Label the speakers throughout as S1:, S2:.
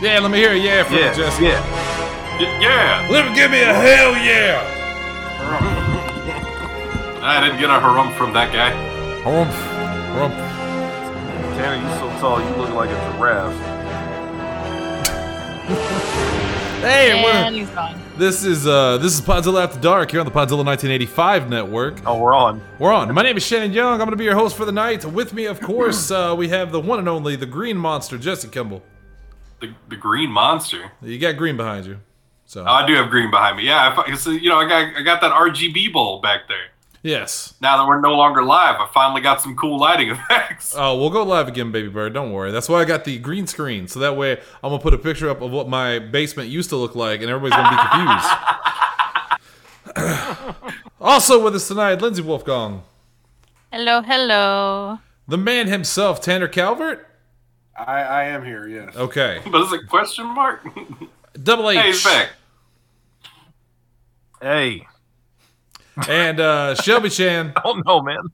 S1: Yeah, let me hear a yeah from
S2: Yeah,
S1: you, Jesse.
S2: yeah.
S3: Y- yeah.
S1: Let me give me a hell yeah.
S3: I didn't get a harumph from that guy.
S1: Harumph. Harumph.
S2: Tanner, you so tall, you look like a giraffe.
S1: Hey, what-
S4: And he's gone.
S1: this is uh this is Podzilla After Dark here on the Podzilla 1985 network.
S2: Oh, we're on.
S1: We're on. My name is Shannon Young. I'm going to be your host for the night. With me, of course, uh, we have the one and only the Green Monster, Jesse Kimball.
S3: The, the green monster.
S1: You got green behind you, so
S2: Uh,
S3: Oh, I do have green behind me. Yeah, I, fi- so, you know, I got I got that RGB bowl back there.
S1: yes.
S3: Now that we're no longer live, I finally got some cool lighting effects.
S1: Oh, we'll go live again, baby bird. Don't worry. That's why I got the green screen, so that way I'm gonna put a picture up of what my basement used to look like, and everybody's gonna be confused. also with us tonight, Lindsay Wolfgang,
S4: Hello, hello.
S1: the man himself, Tanner Calvert.
S5: I, I am here, yes.
S1: Okay,
S3: But it's a question mark.
S1: double H.
S3: hey, he's back.
S2: Hey,
S1: And uh, Shelby Chan,
S2: I don't know, man.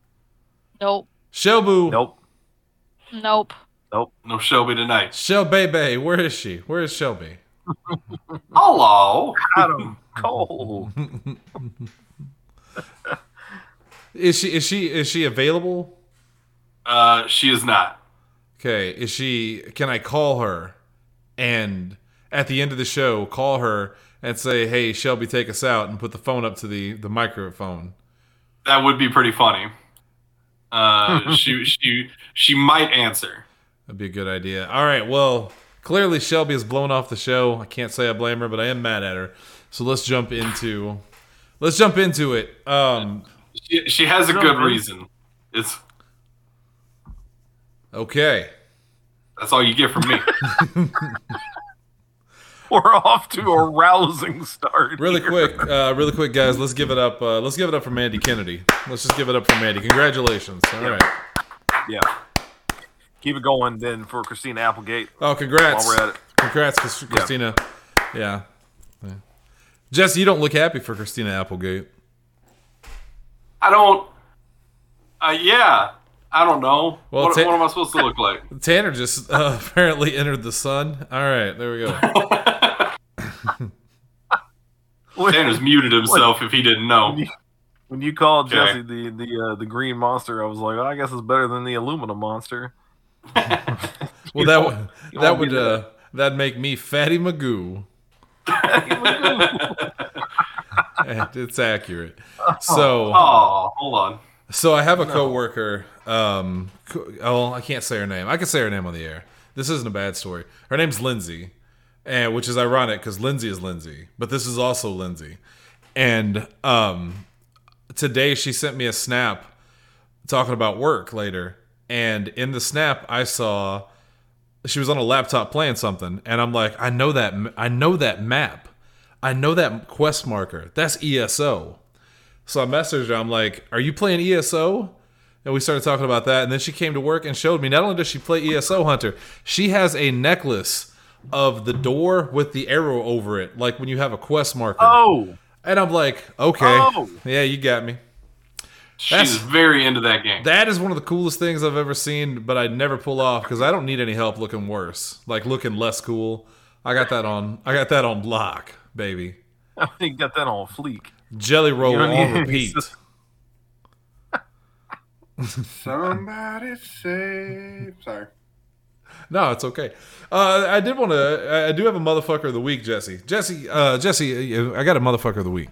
S4: Nope,
S1: Shelbu,
S2: Nope,
S4: nope.
S2: nope.
S3: No Shelby tonight.
S1: Shelbebe. Where is she? Where is Shelby?
S3: Hello.
S2: Got him cold.
S1: Is she is she is she available?
S3: Uh, she is not.
S1: Okay, is she can I call her and at the end of the show call her and say, "Hey, Shelby, take us out" and put the phone up to the the microphone.
S3: That would be pretty funny. Uh, she she she might answer.
S1: That'd be a good idea. All right, well, clearly Shelby has blown off the show. I can't say I blame her, but I am mad at her. So let's jump into let's jump into it. Um
S3: She, she has a good reason. It's
S1: okay.
S3: that's all you get from me.
S2: We're off to a rousing start.
S1: Really
S2: here.
S1: quick, uh really quick guys, let's give it up uh let's give it up for Mandy Kennedy. Let's just give it up for Mandy. Congratulations. All right.
S2: Yeah. Keep it going then for Christina Applegate.
S1: Oh, congrats.
S2: While we're at it.
S1: Congrats, Chris- Christina. Yeah. Yeah. Jesse, you don't look happy for Christina Applegate.
S3: I don't. Uh, yeah, I don't know.
S1: Well,
S3: what,
S1: ta-
S3: what am I supposed to look like?
S1: Tanner just uh, apparently entered the sun. All right, there we go.
S3: Tanner's muted himself if he didn't know.
S2: When you called
S3: Okay.
S2: Jesse the the uh, the green monster, I was like, oh, I guess it's better than the aluminum monster.
S1: Well, that would
S2: you
S1: that
S2: won't
S1: would
S2: be there.
S1: uh, that'd make me Fatty Magoo, and it's accurate. So,
S3: Oh, hold on.
S1: so I have a coworker. Um, co- oh, I can't say her name. I can say her name on the air. This isn't a bad story. Her name's Lindsay, and which is ironic because Lindsay is Lindsay, but this is also Lindsay. And um, today she sent me a snap talking about work later. And in the snap, I saw she was on a laptop playing something, and I'm like, I know that, I know that map, I know that quest marker. That's ESO. So I messaged her. I'm like, Are you playing ESO? And we started talking about that. And then she came to work and showed me. Not only does she play ESO Hunter, she has a necklace of the door with the arrow over it, like when you have a quest marker.
S2: Oh,
S1: And I'm like, okay,
S2: Oh.
S1: yeah, you got me. That's-
S3: She's very into that game.
S1: That is one of the coolest things I've ever seen, but I never pull off because I don't need any help looking worse, like looking less cool. I got that on. I got that on lock, baby.
S2: you got that on fleek.
S1: Jelly roll
S2: You don't
S1: on
S2: need-
S1: repeat.
S5: Somebody save. Sorry.
S1: No, it's okay. Uh, I did want to. I- I do have a motherfucker of the week, Jesse. Jesse, uh, Jesse, uh, I got a motherfucker of the week.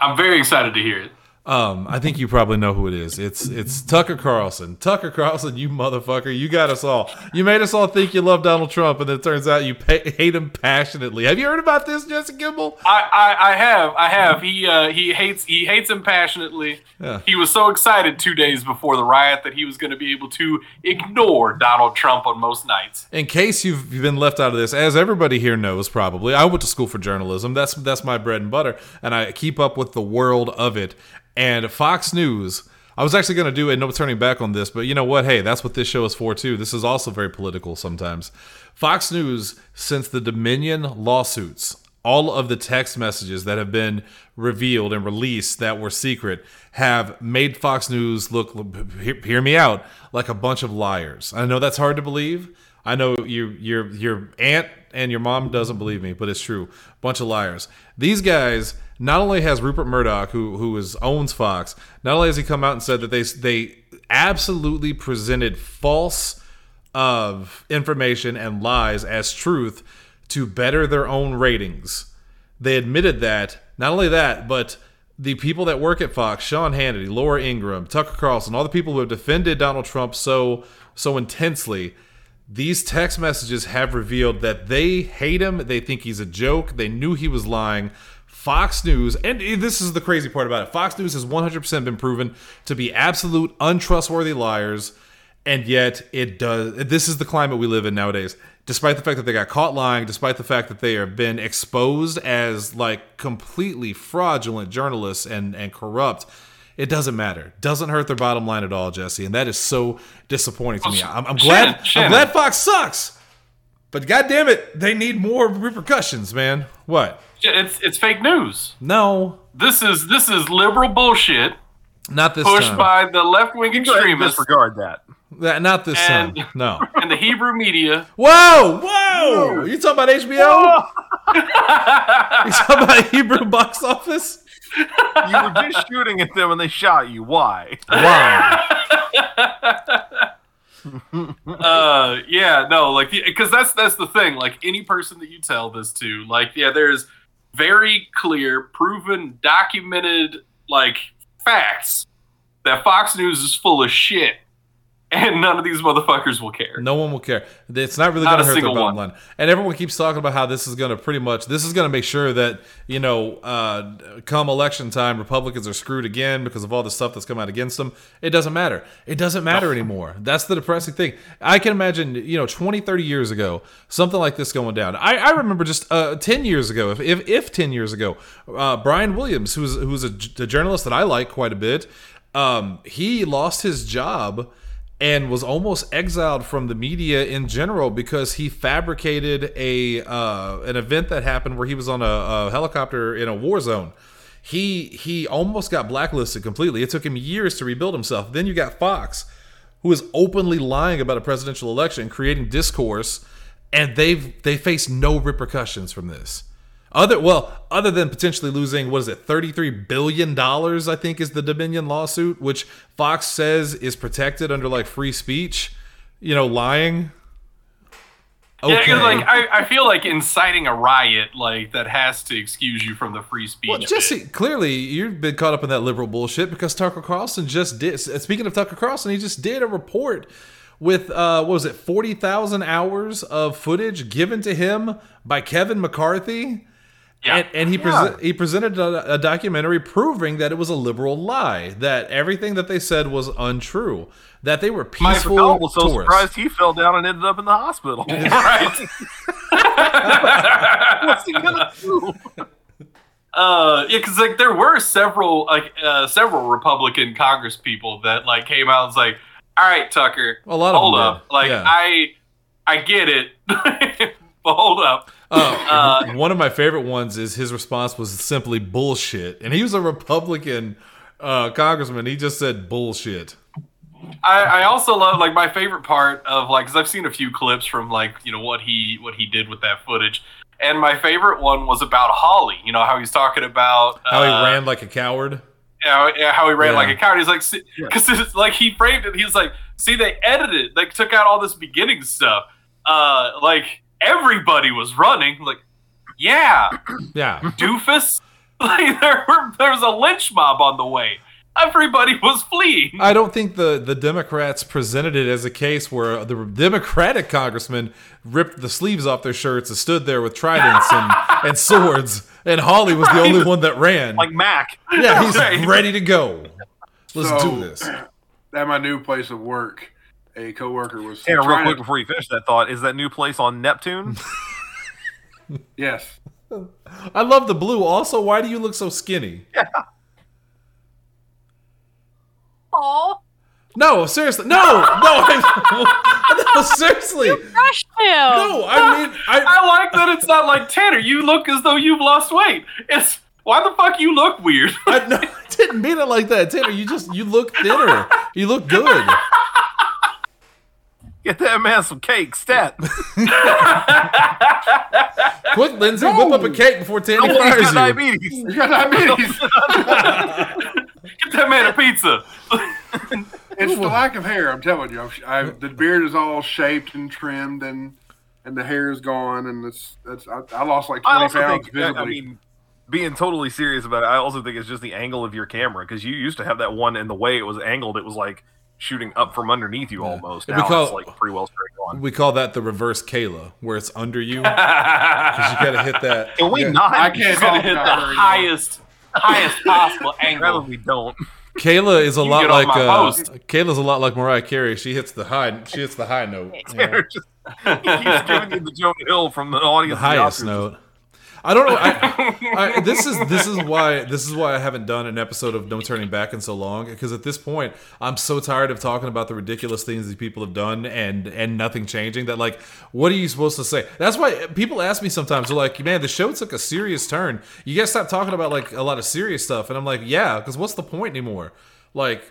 S3: I'm very excited to hear it.
S1: Um, I think you probably know who it is. It's it's Tucker Carlson. Tucker Carlson, you motherfucker, you got us all. You made us all think you love Donald Trump, and it turns out you pa- hate him passionately. Have you heard about this, Jesse Kimball?
S3: I, I, I have,
S1: Mm-hmm.
S3: I have. He uh, he hates he hates him passionately.
S1: Yeah.
S3: He was so excited two days before the riot that he was going to be able to ignore Donald Trump on most nights.
S1: In case you've you've been left out of this, as everybody here knows, probably I went to school for journalism. That's that's my bread and butter, and I keep up with the world of it. And Fox News, I was actually going to do a no turning back on this, but you know what? Hey, that's what this show is for too. This is also very political sometimes. Fox News, since the Dominion lawsuits, all of the text messages that have been revealed and released that were secret have made Fox News look, hear- hear me out, like a bunch of liars. I know that's hard to believe. I know you, your your aunt and your mom doesn't believe me, but it's true. Bunch of liars. These guys. Not only has Rupert Murdoch, who who is owns Fox, not only has he come out and said that they they absolutely presented false of information and lies as truth to better their own ratings. They admitted that. Not only that, but the people that work at Fox, Sean Hannity, Laura Ingram, Tucker Carlson, all the people who have defended Donald Trump so so intensely, these text messages have revealed that they hate him. They think he's a joke. They knew he was lying. Fox News, and this is the crazy part about it Fox News has 100% been proven to be absolute untrustworthy liars. And yet, it does. This is the climate we live in nowadays. Despite the fact that they got caught lying, despite the fact that they have been exposed as like completely fraudulent journalists and and corrupt, it doesn't matter. Doesn't hurt their bottom line at all, Jesse. And that is so disappointing to me. I'm, I'm glad.
S3: Shannon, Shannon.
S1: I'm glad Fox sucks. But goddamn it, they need more repercussions, man. What?
S3: It's it's fake news.
S1: No,
S3: This is this is liberal bullshit
S1: not this
S3: pushed
S1: time.
S3: by the left wing
S2: Go ahead and
S3: extremists
S2: disregard that.
S1: Th- not this
S3: And-
S1: time. No.
S3: and the Hebrew media.
S1: Whoa! Whoa! You talking about HBO? you talking about Hebrew box office?
S2: You were just shooting at them and they shot you. Why?
S1: Wow.
S3: uh yeah no like because that's that's the thing like any person that you tell this to like yeah there's very clear proven documented like facts that fox news is full of shit and none of these motherfuckers will care
S1: No one will care. It's not really
S3: Not
S1: going to
S3: a
S1: hurt their
S3: single
S1: bottom
S3: one.
S1: line. And everyone keeps talking about how this is going to pretty much this is going to make sure that you know, uh, come election time, Republicans are screwed again because of all the stuff that's come out against them. It doesn't matter. It doesn't matter anymore. That's the depressing thing. I can imagine, you know, 20, 30 years ago, something like this going down. I, I remember just uh, 10 years ago, if, if, if 10 years ago, uh, Brian Williams, who's, who's a, j- a journalist that I like quite a bit, um, he lost his job and was almost exiled from the media in general because he fabricated a uh, an event that happened where he was on a, a helicopter in a war zone. He he almost got blacklisted completely. It took him years to rebuild himself. Then you got Fox, who is openly lying about a presidential election, creating discourse, and they've they face no repercussions from this. Other well, other than potentially losing what is it, thirty-three billion dollars? I think is the Dominion lawsuit, which Fox says is protected under like free speech. You know, lying.
S3: Yeah,
S1: Okay.
S3: 'cause, like I, I feel like inciting a riot like that has to excuse you from the free speech
S1: well,
S3: bit.
S1: Jesse, clearly you've been caught up in that liberal bullshit because Tucker Carlson just did. Speaking of Tucker Carlson, he just did a report with uh, what was it, forty thousand hours of footage given to him by Kevin McCarthy.
S3: yeah
S1: And, and he prese- he presented a, a documentary proving that it was a liberal lie, that everything that they said was untrue, that they were
S2: Mike
S1: peaceful
S2: McDonald was so
S1: tourists.
S2: surprised he fell down and ended up in the hospital.
S3: right
S2: What's he gonna do?
S3: Uh, yeah, because like there were several like uh, several Republican Congress people that like came out and was like, "All right, Tucker,
S1: A lot of
S3: hold
S1: them
S3: up,
S1: did,
S3: like
S1: yeah.
S3: I, I get it, but hold up."
S1: Uh, one of my favorite ones is his response was simply bullshit, and he was a Republican uh, congressman. He just said bullshit.
S3: I, I also love like my favorite part of like because I've seen a few clips from like you know what he what he did with that footage, and my favorite one was about Holly. You know how he's talking about
S1: How he
S3: uh,
S1: ran like a coward.
S3: how, yeah, how he ran
S1: Yeah.
S3: like a coward. He's like, because it's like he framed it. He was like, see, they edited, they took out all this beginning stuff. Uh, like everybody was running. Like, yeah,
S1: Yeah,
S3: doofus. Like there were, there was a lynch mob on the way. Everybody was fleeing.
S1: I don't think the the Democrats presented it as a case where the Democratic congressman ripped the sleeves off their shirts and stood there with tridents and, and swords, and Holly was the only one that ran.
S2: Like Mac.
S1: Yeah, he's
S3: Right.
S1: ready to go. Let's
S5: So,
S1: do this.
S5: At my new place of work, a coworker was
S2: Aaron, real
S5: trying
S2: quick
S5: to-
S2: before you finish that thought, is that new place on Neptune?
S5: yes,
S1: I love the blue. Also, why do you look so skinny?
S4: Oh,
S1: No, seriously. No, no, I, no seriously.
S4: crushed him.
S1: No, I mean, I,
S3: I like that it's not like Tanner. You look as though you've lost weight. It's why the fuck you look weird.
S1: I, no, I didn't mean it like that, Tanner. You just you look thinner. You look good.
S2: Get that man some cake, stat.
S1: Quick, Lindsay, whip up a cake before Tandy
S2: Nobody's
S1: fires
S2: got
S1: you.
S2: diabetes.
S5: You got diabetes.
S3: Get that man a pizza.
S5: It's the lack of hair. I'm telling you. I've, i the beard is all shaped and trimmed, and and the hair is gone, and it's that's I, I lost like
S2: I
S5: 20
S2: also
S5: pounds
S2: think, uh, I-
S5: visibly.
S2: I mean, being totally serious about it, I also think it's just the angle of your camera because you used to have that one, and the way it was angled, it was like shooting up from underneath you almost.
S1: And
S2: Now
S1: because-
S2: it's like pretty well straight on.
S1: We call that the reverse Kayla, where it's under you. 'cause you gotta hit that.
S2: Can we
S1: Yeah.
S2: not?
S5: I can't
S3: Gonna
S5: talk
S3: hit the
S5: about her anymore.
S3: highest, highest possible angle.
S2: Probably don't.
S1: Kayla is a
S3: You
S1: lot
S3: get on
S1: like
S3: my
S1: uh,
S3: post.
S1: Kayla's a lot like Mariah Carey. She hits the high. She hits the high note. Yeah.
S2: Just- he keeps giving you the Jonah Hill from the audience.
S1: the highest
S2: Oscars.
S1: note. I don't know. I, I, this is this is why this is why I haven't done an episode of No Turning Back in so long because at this point I'm so tired of talking about the ridiculous things these people have done and and nothing changing that like what are you supposed to say? That's why people ask me sometimes they're like, man, the show took a serious turn. You guys stop talking about like a lot of serious stuff, and I'm like, yeah, because what's the point anymore? Like.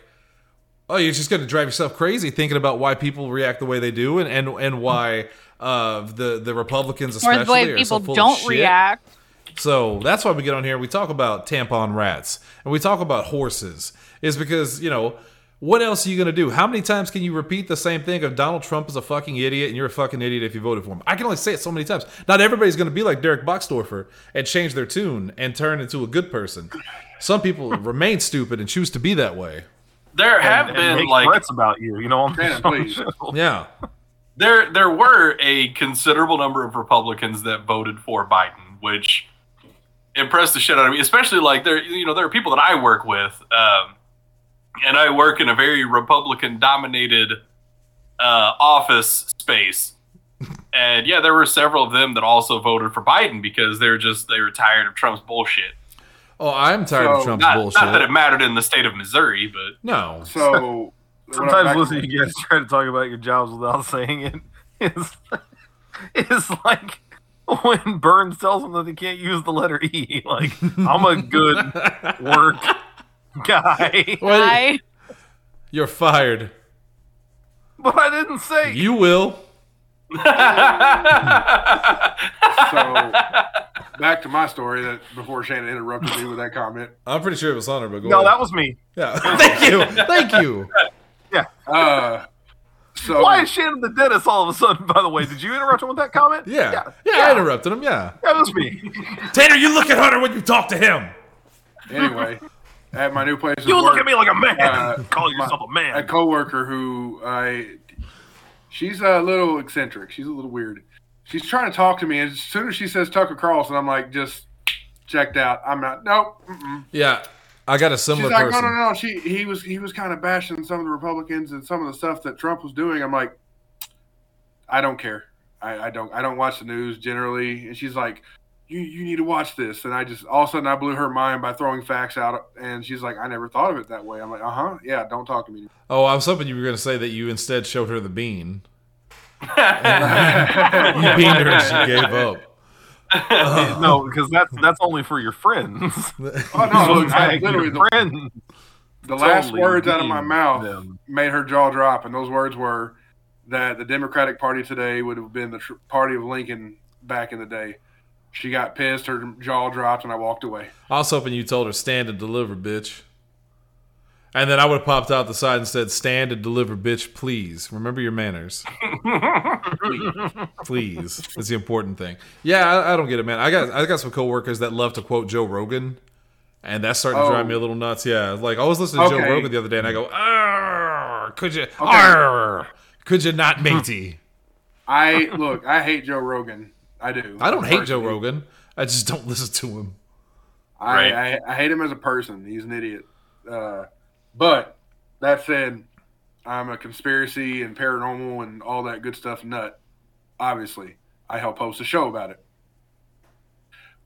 S1: Oh, you're just going to drive yourself crazy thinking about why people react the way they do, and and, and why uh, the the Republicans especially
S4: Or the way
S1: are
S4: people
S1: so full of
S4: don't
S1: shit.
S4: react.
S1: So that's why we get on here. We talk about tampon rats and we talk about horses. Is because you know what else are you gonna do? How many times can you repeat the same thing of Donald Trump is a fucking idiot and you're a fucking idiot if you voted for him? I can only say it so many times. Not everybody's gonna be like Derek Boxdorfer and change their tune and turn into a good person. Some people remain stupid and choose to be that way.
S3: There have
S2: And
S3: been
S2: make
S3: like
S2: threats about you. You know, on the
S5: Shannon, please.
S2: show.
S1: Yeah,
S3: there there were a considerable number of Republicans that voted for Biden, which impressed the shit out of me. Especially like there, you know, there are people that I work with, um, and I work in a very Republican-dominated uh, office space. And yeah, there were several of them that also voted for Biden because they were just they were tired of Trump's bullshit.
S1: Oh, I'm tired of
S5: So-
S1: Trump's
S3: Not,
S1: bullshit.
S3: not that it mattered in the state of Missouri, but
S1: no.
S5: so
S2: Sometimes listening
S5: listening
S2: to you guys try to talk about your jobs without saying it is is like when Burns tells them that they can't use the letter E. Like I'm a good work guy,
S1: Well,
S4: I,
S1: You're fired.
S2: but I didn't say.
S1: You will.
S5: so back to my story that before Shannon interrupted me with that comment.
S1: I'm pretty sure it was on her, but go
S2: no,
S1: ahead.
S2: that was me.
S1: Yeah. Thank you. Thank you.
S5: Uh, so
S2: Why is Shannon the dentist all of a sudden? By the way, did you interrupt him with that comment?
S1: Yeah. Yeah,
S2: yeah,
S1: I interrupted him. Yeah.
S2: that was me.
S1: Tanner, you look at Hunter when you talk to him.
S5: anyway, at my new place, of
S2: You look
S5: work-
S2: at me like a man.
S5: Uh,
S2: Call yourself a
S5: a
S2: man.
S5: coworker who I she's a little eccentric. She's a little weird. She's trying to talk to me, and as soon as she says Tucker Carlson, I'm like just checked out. I'm not. Nope. Mm-mm.
S1: Yeah. I got a
S5: She's
S1: similar
S5: like, "Oh, no,
S1: person.
S5: no, no. She he was he was kind of bashing some of the Republicans and some of the stuff that Trump was doing. I'm like, I don't care. I, I don't I don't watch the news generally. And she's like, you you need to watch this. And I just all of a sudden I blew her mind by throwing facts out. And she's like, I never thought of it that way. I'm like, uh huh, yeah. Don't talk to me.
S1: Oh, I was hoping you were going to say that you instead showed her the bean. You beaned her and she gave up. Uh,
S2: no, because that's that's only for your friends.
S5: Oh no! Look, I,
S2: Like,
S5: literally,
S2: your
S5: the
S2: friend
S5: The last
S2: totally
S5: words out of my
S2: deemed
S5: mouth
S2: them.
S5: made her jaw drop, and those words were that the Democratic Party today would have been the tr- party of Lincoln back in the day. She got pissed, her jaw dropped, and I walked away.
S1: I was hoping you told her, stand and deliver, bitch. And then I would have popped out the side and said, stand and deliver, bitch, please. Remember your manners. please. That's the important thing. Yeah, I, I don't get it, man. I got I got some coworkers that love to quote Joe Rogan, and that's starting to drive
S5: Oh.
S1: me a little nuts. Yeah, like I was listening to Joe
S5: Okay.
S1: Rogan the other day, and I go, "Arr, could you, arr, could you not, matey?
S5: I look, I hate Joe Rogan. I do.
S1: I don't hate Joe
S5: Personally.
S1: Rogan. I just don't listen to him.
S5: I,
S3: Right.
S5: I, I hate him as a person. He's an idiot. Uh, but that said, I'm a conspiracy and paranormal and all that good stuff nut. Obviously, I help host a show about it.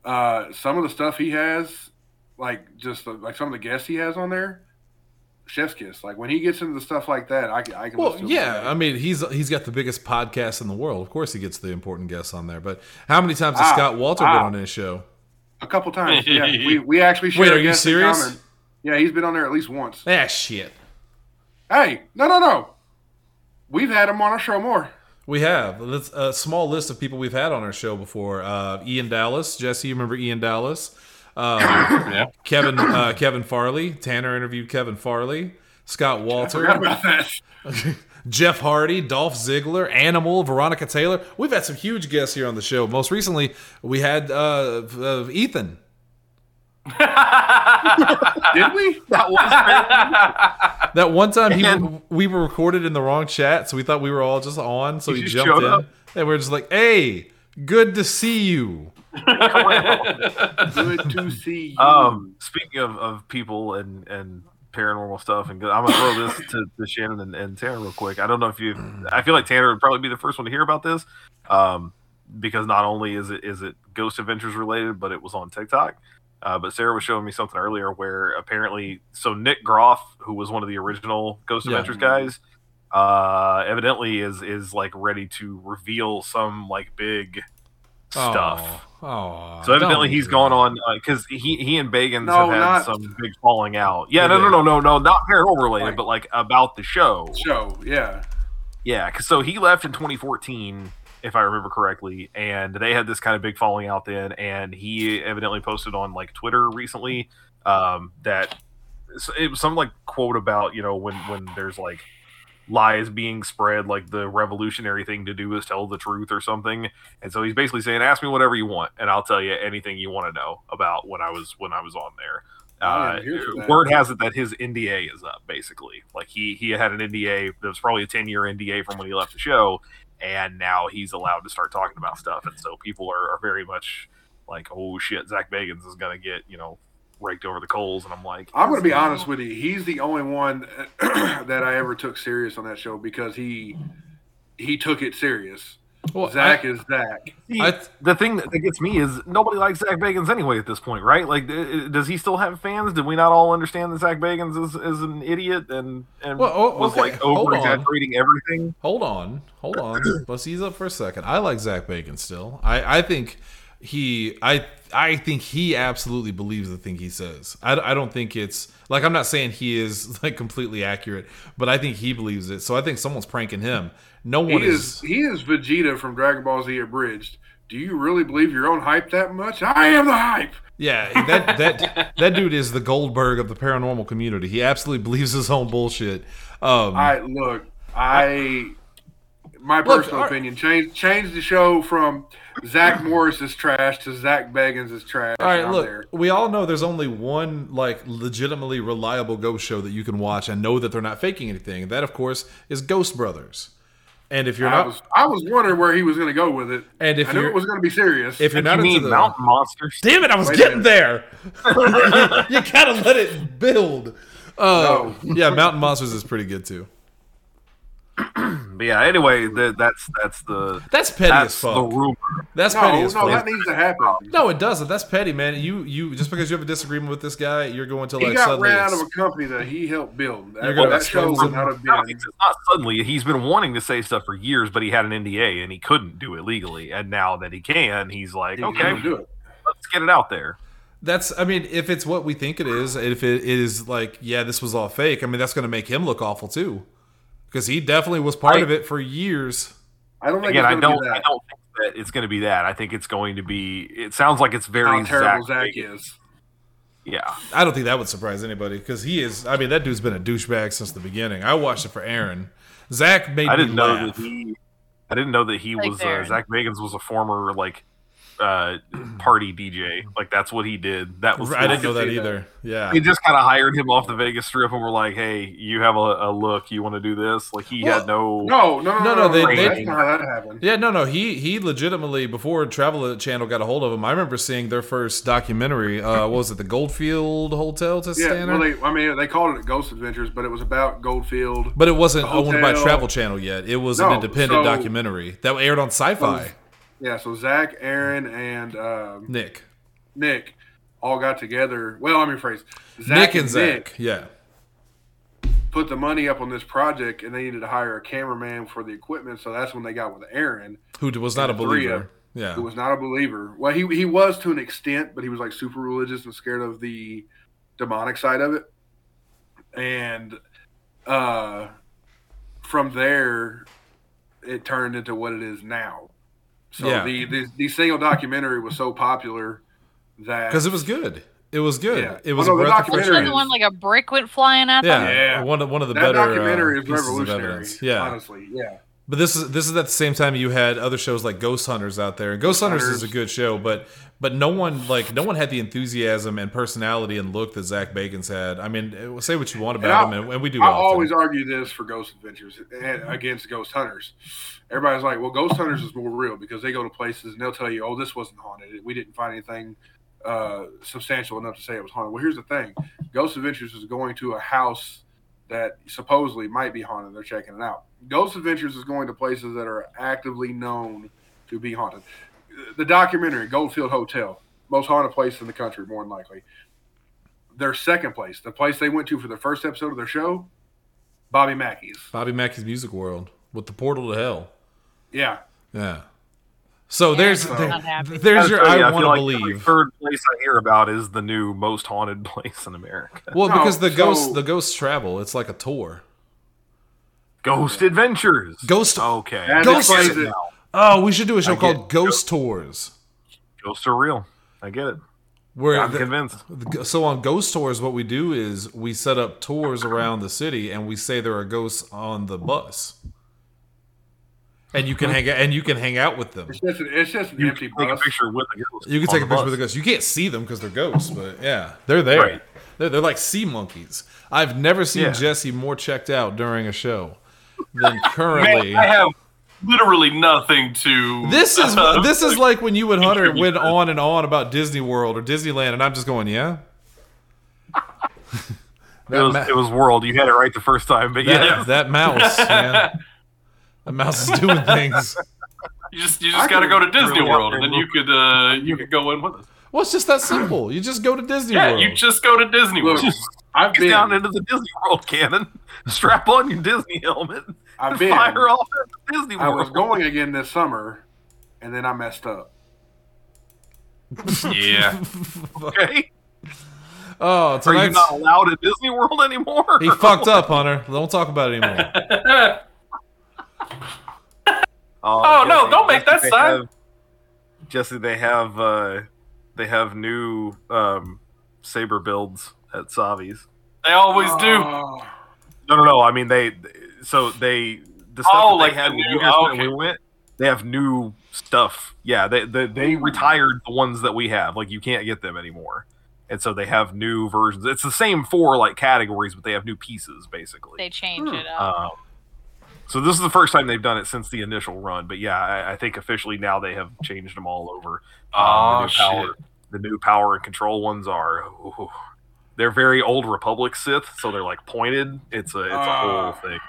S5: Uh, some of the stuff he has, like just the, like some of the guests he has on there, chef's kiss. Like when he gets into the stuff like that, I, can- I can.
S1: Well,
S5: listen to him all
S1: yeah,
S5: day.
S1: I mean, he's he's got the biggest podcast in the world. Of course, he gets the important guests on there. But how many times has
S5: Wow.
S1: Scott Walter
S5: Wow.
S1: been on his show?
S5: a couple times. Yeah, we, we actually. share
S1: Wait,
S5: a
S1: are you
S5: guest in
S1: serious?
S5: common. Yeah, he's been on there at least once.
S1: Ah, shit.
S5: Hey, no, no, no. We've had him on our show more.
S1: We have Let's- a small list of people we've had on our show before. Uh, Ian Dallas, Jesse, you remember Ian Dallas? Um,
S3: Yeah.
S1: Kevin uh, Kevin Farley. Tanner interviewed Kevin Farley. Scott
S5: Forgot
S1: Walter,
S5: about that.
S1: Jeff Hardy, Dolph Ziggler, Animal, Veronica Taylor. We've had some huge guests here on the show. Most recently, we had uh, uh, Ethan.
S5: Did we?
S2: That was
S1: That one time he
S2: And-
S1: we were recorded in the wrong chat, so we thought we were all just on. So
S2: He
S1: he
S2: just
S1: jumped
S2: showed
S1: in,
S2: up.
S1: and we're just like, "Hey, good to see you."
S5: Good to see you.
S2: um, speaking of, of people and, and paranormal stuff, and I'm gonna throw this to, to Shannon and, and Tanner real quick. I don't know if you, I feel like Tanner would probably be the first one to hear about this, um, because not only is it is it Ghost Adventures related, but it was on TikTok. Uh, but Sarah was showing me something earlier where apparently, so Nick Groff, who was one of the original Ghost
S1: Yeah.
S2: Adventures guys, uh, evidently is is like ready to reveal some like big stuff.
S1: Oh,
S2: So evidently he's gone on because he he and Bagans
S5: No,
S2: have had
S5: not-
S2: some big falling out. Yeah,
S1: They
S2: no, no,
S1: did.
S2: no, no, no, not paranormal related,
S5: Right.
S2: but like about the show.
S5: show, yeah.
S2: Yeah, 'cause- so he left in 2014, if I remember correctly, and they had this kind of big falling out then. And he evidently posted on like Twitter recently um, that so it was some like quote about you know when when there's like lies being spread, like the revolutionary thing to do is tell the truth or something. And so he's basically saying, "Ask me whatever you want, and I'll tell you anything you want to know about when I was when I was on there."
S5: I
S2: Uh,
S5: am here for that.
S2: word has it that his NDA is up. Basically, like he he had an NDA that was probably a ten year NDA from when he left the show, and now he's allowed to start talking about stuff. And so people are, are very much like, "Oh shit, Zach Bagans is gonna get you know raked over the coals." And I'm like,
S5: I'm going to be honest with you. He's the only one that I ever took serious on that show because he he took it serious.
S1: Well,
S5: Zach is Zach.
S2: See,
S1: I, I,
S2: the thing that that gets me is nobody likes Zach Bagans anyway at this point, right? Like, d- does he still have fans? Did we not all understand that Zach Bagans is, is an idiot and and
S1: Well, oh,
S2: was
S1: okay,
S2: like
S1: hold
S2: over
S1: on.
S2: exaggerating everything?
S1: Hold on, hold on. Let's ease up for a second. I like Zach Bacon still. I, I think he I I think he absolutely believes the thing he says. I, I don't think it's like I'm not saying he is like completely accurate, but I think he believes it. So I think someone's pranking him. No
S5: He
S1: one
S5: is
S1: is.
S5: he is Vegeta from Dragon Ball Z abridged. Do you really believe your own hype that much? I am the hype.
S1: Yeah, that that that dude is the Goldberg of the paranormal community. He absolutely believes his own bullshit. Um,
S5: I look. I my
S1: Look,
S5: personal
S1: our-
S5: opinion change change the show from Zach Morris is trash to Zach Beggins is trash.
S1: All right,
S5: and I'm
S1: look,
S5: there.
S1: we all know there's only one like legitimately reliable ghost show that you can watch and know that they're not faking anything. That, of course, is Ghost Brothers. And if you're
S5: I
S1: not,
S5: was I was wondering where he was going to go with it.
S1: and if
S5: I knew
S1: you're,
S5: it was going to be serious.
S1: if you're
S2: You
S1: not into
S2: mean
S1: the,
S2: mountain monsters?
S1: damn it, I was
S5: Wait a
S1: getting there. you gotta let it build. Uh, yeah, Mountain Monsters is pretty good too.
S2: But yeah. Anyway, that that's that's the
S1: That's petty as
S2: that's the
S1: fuck.
S2: rumor.
S1: That's
S5: no,
S1: petty
S5: no,
S1: as fuck.
S5: that needs to happen.
S1: no, it doesn't. That's petty, man. You you just because you have a disagreement with this guy, you're going to
S5: He
S1: like
S5: got
S1: suddenly.
S5: ran out
S1: ex-
S5: of a company that he helped build. That,
S1: You're gonna
S5: that show
S1: expose
S5: would
S1: him.
S5: not have
S2: No,
S5: been.
S2: it's not suddenly. He's been wanting to say stuff for years, but he had an NDA and he couldn't do it legally. And now that he can, he's like,
S5: he was
S2: okay,
S5: gonna do it.
S2: let's get it out there.
S1: That's, I mean, if it's what we think it is, if it is like, yeah, this was all fake, I mean, that's going to make him look awful too. Because he definitely was part
S2: I-
S1: of it for years.
S5: I don't think
S2: Again, I
S5: it's going to
S2: don't,
S5: be
S2: I
S5: that.
S2: don't think that it's going to be that. I think it's going to be. It sounds like it's very
S5: How terrible
S2: Zach
S5: Zach,
S2: Bagans.
S5: is.
S2: Yeah,
S1: I don't think that would surprise anybody because he is, I mean, that dude's been a douchebag since the beginning. I watched it for Aaron. Zach made
S2: I didn't
S1: me
S2: know
S1: laugh.
S2: that he. I didn't know that he
S4: Like
S2: was uh,
S4: Baron.
S2: Zach Bagans was a former like uh party DJ. Like that's what he did. That was
S1: I didn't know
S5: could
S1: that
S5: see that.
S1: either. Yeah.
S2: They just kind of hired him off the Vegas Strip and were like, "Hey, you have a, a look. You want to do this?" Like he
S1: Well,
S2: had no.
S5: No, no, no,
S1: No, no,
S5: no, no.
S1: they-
S2: they-
S5: that's not how that happened.
S1: Yeah, no, no. He he legitimately before Travel Channel got a hold of him. I remember seeing their first documentary. Uh, what was it the Goldfield Hotel to
S5: Yeah,
S1: Stanner?
S5: well, they, I mean, they called it Ghost Adventures, but it was about Goldfield.
S1: But it wasn't owned by
S5: Hotel.
S1: Travel Channel yet. It was an
S5: No,
S1: independent
S5: so- Oh,
S1: documentary that aired on Sci-Fi.
S5: Yeah, so Zach, Aaron, and um,
S1: Nick,
S5: Nick all got together. Well, I mean, phrase
S1: Nick and Zach. yeah,
S5: put the money up on this project, and they needed to hire a cameraman for the equipment. So that's when they got with Aaron,
S1: who d- was not a
S5: And the three of
S1: believer. Yeah,
S5: who was not a believer. Well, he he was to an extent, but he was like super religious and scared of the demonic side of it. And uh, from there, it turned into what it is now. So
S1: Yeah.
S5: the, the the single documentary was so popular that
S1: because it was good. It was good.
S5: Yeah.
S1: It was
S5: Well,
S1: a
S5: no, the
S1: breath of fresh
S5: documentary
S1: air.
S5: is-
S4: the one like a brick went flying at
S1: Yeah,
S4: them.
S5: Yeah.
S1: one of one of the
S5: that
S1: better
S5: documentary
S1: uh,
S5: is
S1: pieces of
S5: revolutionary.
S1: evidence. Yeah,
S5: honestly, yeah.
S1: But this is this is at the same time you had other shows like Ghost Hunters out there, and Ghost Hunters, is a
S5: Hunters.
S1: good show, but but no one like no one had the enthusiasm and personality and look that Zach Bacon's had. I mean, eh, say what you want
S5: And
S1: about
S5: I-
S1: him, and, and we do.
S5: I
S1: often.
S5: always argue this for Ghost Adventures and against Ghost Hunters. Everybody's like, "Well, Ghost Hunters is more real because they go to places and they'll tell you, oh, this wasn't haunted. We didn't find anything uh, substantial enough to say it was haunted.'" Well, here's the thing: Ghost Adventures is going to a house that supposedly might be haunted. They're checking it out. Ghost Adventures is going to places that are actively known to be haunted. The documentary Goldfield Hotel, most haunted place in the country, more than likely. Their second place, the place they went to for the first episode of their show, Bobby Mackey's.
S1: Bobby Mackey's Music World with the portal to hell.
S5: Yeah,
S1: Yeah. So
S4: Yeah,
S1: there's
S5: I'm
S1: there-
S4: not happy.
S1: there's your
S2: I'll tell
S1: I want
S2: you, feel
S1: to
S2: like every
S1: believe.
S2: third place I hear about is the new most haunted place in America.
S1: Well,
S5: No,
S1: because the
S5: so-
S1: ghosts the ghosts travel. It's like a tour.
S2: Ghost Adventures.
S1: Ghost.
S2: Okay.
S5: that
S1: Ghost-
S5: explains it.
S1: Oh, we should do a show
S2: I
S1: called Ghost Tours.
S2: Ghosts are real. I get it.
S1: Where
S2: I'm
S1: the-
S2: convinced.
S1: So on ghost tours, what we do is we set up tours around the city, and we say there are ghosts on the bus, and you can hang out, and you can hang out with them.
S5: It's just an, it's just an
S2: You
S5: empty
S2: can take a
S5: bus.
S2: picture with a ghost.
S1: You can take a picture with the
S2: ghost.
S1: ghosts. You can't see them because they're ghosts, but yeah, they're there.
S2: Right.
S1: They're, they're like sea monkeys. I've never seen
S2: Yeah.
S1: Jesse more checked out during a show than currently.
S3: Man, I have literally nothing to.
S1: This is
S3: uh,
S1: this is like when you and Hunter
S3: contribute
S1: went
S3: to.
S1: on and on about Disney World or Disneyland, and I'm just going, yeah.
S2: It was,
S1: That
S2: it was World. You had it right the first time, but
S1: That,
S2: yeah.
S1: that mouse, man. That mouse is doing things.
S3: You just you
S5: I
S3: just got to
S5: could
S3: go to Disney
S2: really
S3: World, and
S2: out
S3: then
S2: there
S3: you could uh, you could go in with us.
S1: Well, it's just that simple. You just go to Disney
S3: Yeah,
S1: World.
S3: you just go to Disney World.
S5: Look, I've
S2: Get down
S5: been,
S2: into the Disney World cannon. Strap on your Disney helmet.
S5: I've
S2: and
S5: been,
S2: Fire off at the Disney
S5: I
S2: World.
S5: was going again this summer, and then I messed up.
S3: yeah,
S2: Okay.
S1: oh,
S2: Are you
S1: tonight's,
S2: not allowed at Disney World anymore?
S1: he fucked up, Hunter. Don't talk about it anymore.
S3: Oh, no, don't make that
S2: they
S3: sound.
S2: have- Jesse, they have uh, they have new um, saber builds at Savi's.
S3: they always do.
S5: Oh.
S2: No, no, no. I mean they. So they the stuff
S3: Oh,
S2: that
S3: like
S2: they had
S3: the
S2: when
S3: new-
S2: you guys went-
S3: okay.
S2: we went. They have new stuff. Yeah, they they, they retired the ones that we have. Like you can't get them anymore. And so they have new versions. It's the same four like categories, but they have new pieces basically.
S4: They change it up.
S2: Um, so this is the first time they've done it since the initial run, but yeah, I, I think officially now they have changed them all over.
S3: Oh,
S2: Um, the new power, the new power and control ones are. ooh, they're very old Republic Sith, so they're like pointed. It's a it's a whole
S5: Ah.
S2: thing.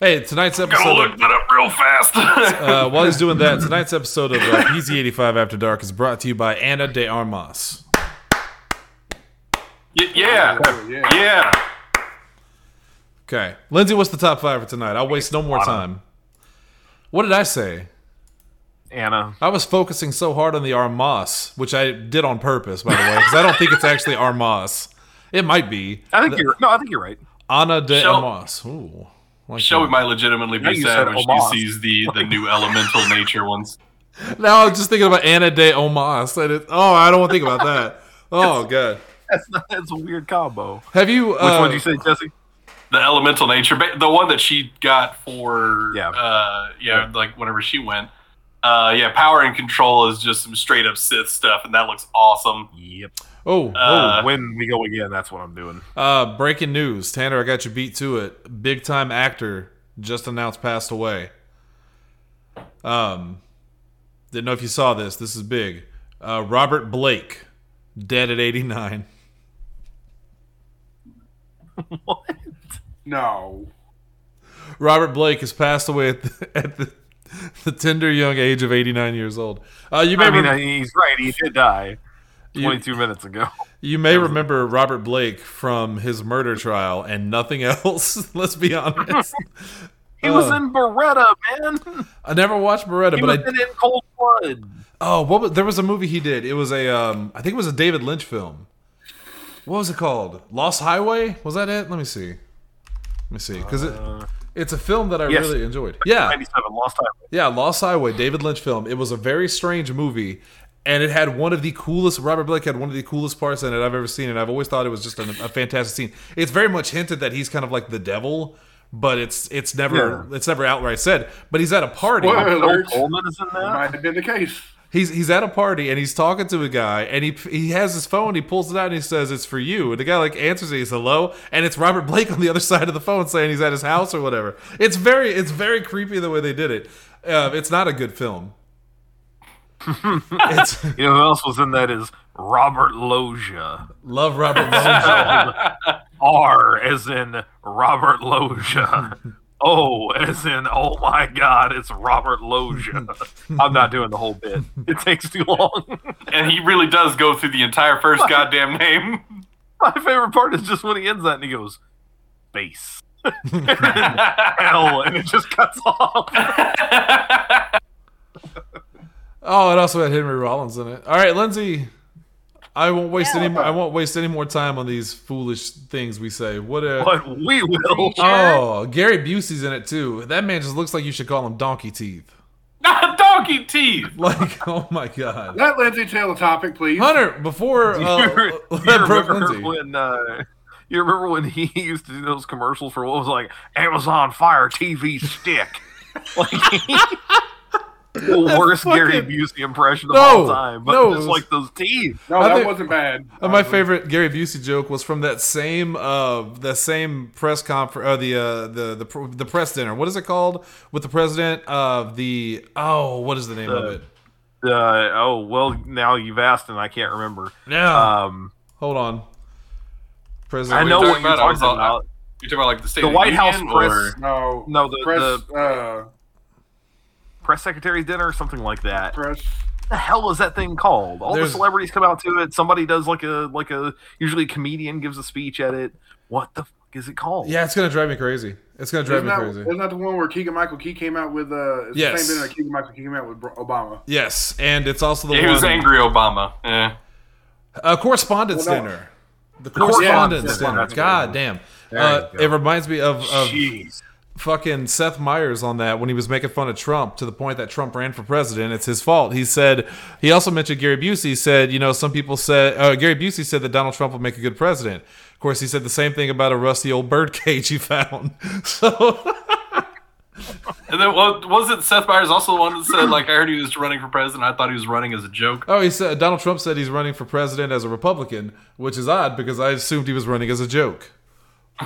S1: Hey, tonight's
S3: Gotta
S1: episode.
S3: look
S1: Of,
S3: that up real fast.
S1: uh, while he's doing that, tonight's episode of uh, PZ85 After Dark is brought to you by Anna de Armas.
S3: Y- yeah,
S5: yeah.
S3: yeah.
S1: Okay, Lindsay, what's the top five for tonight? I'll waste no more
S2: Bottom.
S1: time. What did I say?
S2: Anna,
S1: I was focusing so hard on the Armas, which I did on purpose, by the way, because I don't think it's actually Armas. It might be
S2: I think you're no, I think you're right.
S1: Ana de
S3: Shall-
S1: Armas. Ooh, like
S3: Shelby
S1: that.
S3: might legitimately
S2: Now
S3: be
S2: you
S3: sad
S2: said
S3: when
S2: Omas.
S3: she sees the, the new elemental nature ones.
S1: Now I'm just thinking about Ana de Omas. And it, oh, I don't want to think about that. Oh god,
S2: That's not, that's a weird combo. Which
S1: have you? uh,
S2: one did you say, Jesse?
S3: The elemental nature, ba- the one that she got for
S2: Yeah.
S3: uh, yeah, like whenever she went. Uh, yeah, power and control is just some straight up Sith stuff, and that looks awesome.
S2: Yep.
S1: Oh,
S3: Uh,
S2: when we go again, that's what I'm doing.
S1: oh, uh, breaking news, Tanner. I got you beat to it. Big time actor just announced passed away. Um, didn't know if you saw this. This is big. Uh, Robert Blake, dead at 89.
S5: No.
S1: Robert Blake has passed away at the, at the, the tender young age of 89 years old. Uh, you may
S2: I mean,
S1: rem-
S2: he's right. He did die
S1: You-
S2: 22 minutes ago.
S1: you may remember Robert Blake from his murder trial and nothing else. Let's be honest.
S2: He was
S1: Uh,
S2: in Beretta, man.
S1: I never watched Beretta,
S2: He
S1: but
S2: was
S1: I
S2: in in Cold Blood.
S1: oh, what was, there was a movie he did. It was a um, I think it was a David Lynch film. What was it called? Lost Highway? Was that it? Let me see. Let me see, because it It's a film that I
S2: Uh, Yes.
S1: really enjoyed. Yeah,
S2: 97 Lost Highway.
S1: yeah, Lost Highway, David Lynch film. It was a very strange movie, and it had one of the coolest. Robert Blake had one of the coolest parts in it I've ever seen, and I've always thought it was just an, a fantastic scene. It's very much hinted that he's kind of like the devil, but it's it's never it's never outright said. But he's at a party.
S5: Spoiler
S2: Bill
S5: alert.
S2: Pullman is in that.
S5: Might have been the case.
S1: He's he's at a party and he's talking to a guy and he he has his phone. He pulls it out and he says it's for you. And the guy like answers it. He's hello, and it's Robert Blake on the other side of the phone saying he's at his house or whatever. It's very it's very creepy the way they did it. Uh, it's not a good film. it's
S2: You know who else was in that is Robert Loggia.
S1: love Robert Loggia.
S2: R as in Robert Loggia. O as in oh my god, it's Robert Loggia. I'm not doing the whole bit. It takes too long.
S3: And he really does go through the entire first goddamn name.
S2: My favorite part is just when he ends that and he goes, base. L and it just cuts off.
S1: Oh, it also had Henry Rollins in it. All right, Lindsay. I won't waste any. I won't waste any more time on these foolish things we say. What? Uh,
S2: But we will.
S1: Oh, Gary Busey's in it too. That man just looks like you should call him Donkey Teeth.
S3: Not donkey teeth.
S1: Like, oh my god,
S5: Let Lindsay tell the topic, please.
S1: Hunter. Before
S2: Do you,
S1: uh,
S2: do you
S1: that broke
S2: remember
S1: Lindsay.
S2: when uh, you remember when he used to do those commercials for what was like Amazon Fire TV stick? like the worst Gary
S1: fucking-
S2: Busey impression of
S1: No,
S2: all time, but
S1: no, it
S2: just
S1: was-
S2: like those teeth.
S5: No,
S1: I
S5: that
S1: think-
S5: wasn't bad.
S1: Uh, my favorite Gary Busey joke was from that same uh that same press conference uh, the uh the the pr- the press dinner. What is it called with the president of the oh what is the name of
S2: The-
S1: it?
S2: Uh, oh well, now you've asked and I can't remember.
S1: No, Uh,
S2: Um,
S1: hold on. President.
S2: I know
S3: talking
S2: what you're
S3: about? I was uh,
S2: talking
S3: all-
S2: about.
S3: You talking about like the state
S2: The
S3: of
S2: White House
S3: Union,
S2: press-
S3: or-
S5: No,
S2: No, the-
S5: press, uh,
S2: Press secretary dinner or something like that.
S5: press.
S2: the hell is that thing called? All
S1: There's-
S2: the celebrities come out to it. Somebody does like a like a usually a comedian gives a speech at it. What the fuck is it called?
S1: Yeah, it's gonna drive me crazy. It's gonna drive
S5: Isn't
S1: me
S5: that,
S1: crazy.
S5: isn't that the one where Keegan Michael Key came out with? Uh, it's
S1: Yes.
S5: The same dinner that Keegan Michael Key came out with Br- Obama.
S1: Yes, and it's also the
S3: Yeah, he
S1: one
S3: was angry Obama. Yeah.
S1: A correspondence
S5: Well, no.
S1: dinner. The
S2: correspondence
S1: correspondence
S2: dinner.
S1: dinner.
S2: That's
S1: God damn.
S2: you
S1: Uh,
S2: go.
S1: it reminds me of,
S3: Oh,
S1: of
S2: Jeez.
S1: fucking Seth Meyers on that when he was making fun of Trump to the point that Trump ran for president. It's his fault. He said he also mentioned Gary Busey. Said you know some people said uh, Gary Busey said that Donald Trump would make a good president. Of course, he said the same thing about a rusty old bird cage he found. So
S3: And then wa- wasn't Seth Meyers also the one that said like I heard he was running for president? I thought he was running as a joke.
S1: oh, he said Donald Trump said he's running for president as a Republican, which is odd because I assumed he was running as a joke.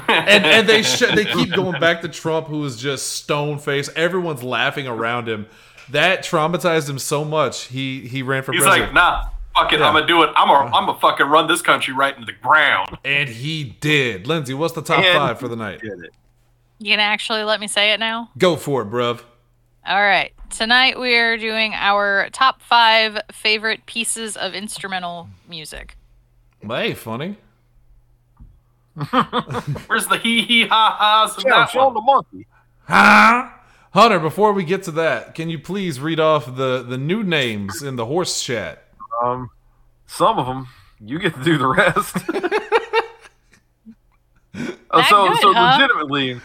S1: and and they sh- they keep going back to Trump, who is just stone faced. Everyone's laughing around him. That traumatized him so much. He he ran for
S3: He's
S1: president.
S3: like, nah, fuck it,
S1: Yeah.
S3: I'm gonna do it. I'm
S2: Uh-huh.
S3: a, I'm gonna fucking run this country right into the ground.
S1: And he did. Lindsay, what's the top
S2: And-
S1: five for the night?
S2: Did it.
S4: You can actually let me say it now.
S1: Go for it, bruv.
S4: All right. Tonight we are doing our top five favorite pieces of instrumental music.
S1: Hey, funny.
S3: Where's the hee hee ha ha's? in
S2: Yeah,
S3: that
S2: Shaun
S3: one?
S2: the monkey.
S1: Hunter, before we get to that, can you please read off the, the new names in the horse chat?
S2: Um, some of them you get to do the rest. Uh, so
S4: That good,
S2: so
S4: huh?
S2: legitimately,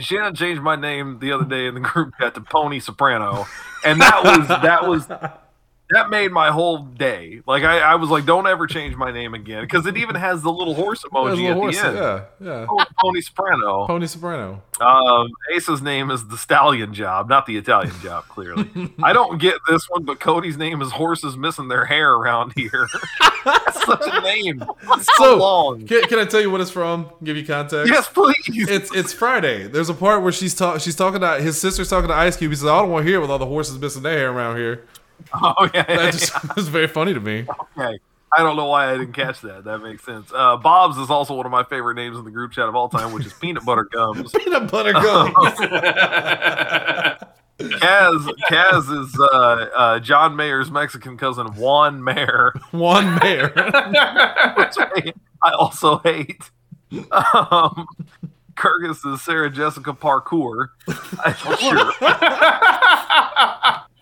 S2: Shannon changed my name the other day in the group chat to Pony Soprano, and that was that was that made my whole day. Like I, I was like, don't ever change my name again because it even has the little horse
S1: There's
S2: emoji
S1: a little
S2: at
S1: horse-
S2: the end.
S1: yeah, yeah.
S2: Oh, Pony Soprano.
S1: Pony Soprano.
S2: Um, Ace's name is the stallion job, not the Italian job. Clearly, I don't get this one, but Cody's name is horses missing their hair around here. That's such a name. It's so,
S1: So-
S2: long.
S1: Can, can I tell you what it's from? Give you context?
S2: Yes, please.
S1: It's it's Friday. There's a part where she's talk she's talking to his sister's talking to Ice Cube. He says, I don't want to hear it with all the horses missing their hair around here.
S2: oh yeah.
S1: That just was very funny to me.
S2: Okay. I don't know why I didn't catch that. That makes sense. Uh, Bob's is also one of my favorite names in the group chat of all time, which is Peanut Butter Gums.
S1: Peanut butter gums.
S2: Kaz, Kaz is uh, uh, John Mayer's Mexican cousin, Juan Mayer.
S1: Juan Mayer.
S2: which I, I also hate. Um, Kurgis is Sarah Jessica Parkour.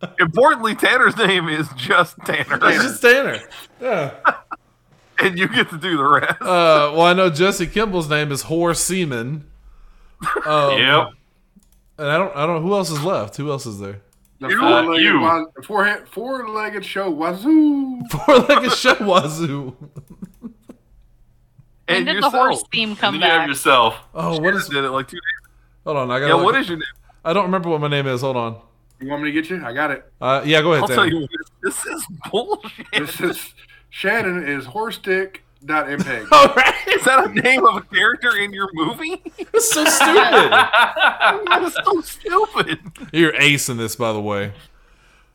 S2: sure. Importantly, Tanner's name is just Tanner,
S1: It's just Tanner. Yeah.
S2: and you get to do the
S4: Uh,
S2: rest.
S1: Uh, well, I know Jesse Kimball's name is Whore Seaman. Um,
S3: Yep.
S1: And I don't I don't who else is left? Who else is there?
S5: The
S3: You-
S5: four-legged,
S3: you.
S5: wa- four- four-legged show wazoo.
S1: Four legged Shawazoo.
S4: When
S2: And
S4: did
S2: yourself.
S4: the horse theme come
S3: and then you have
S4: back?
S3: yourself.
S1: Oh, what is?
S2: Did it like two
S1: Hold on, I got.
S2: Yeah, what is your name?
S1: I don't remember what my name is. Hold on.
S5: You want me to get you? I got it.
S1: Uh, yeah, go ahead.
S2: I'll tell
S1: Dan.
S2: you what, this is bullshit.
S5: This is Shannon is horsestick.mpeg.
S1: All right,
S2: Is that a name of a character in your movie?
S1: that's so stupid.
S2: that is so stupid.
S1: You're ace in this, by the way.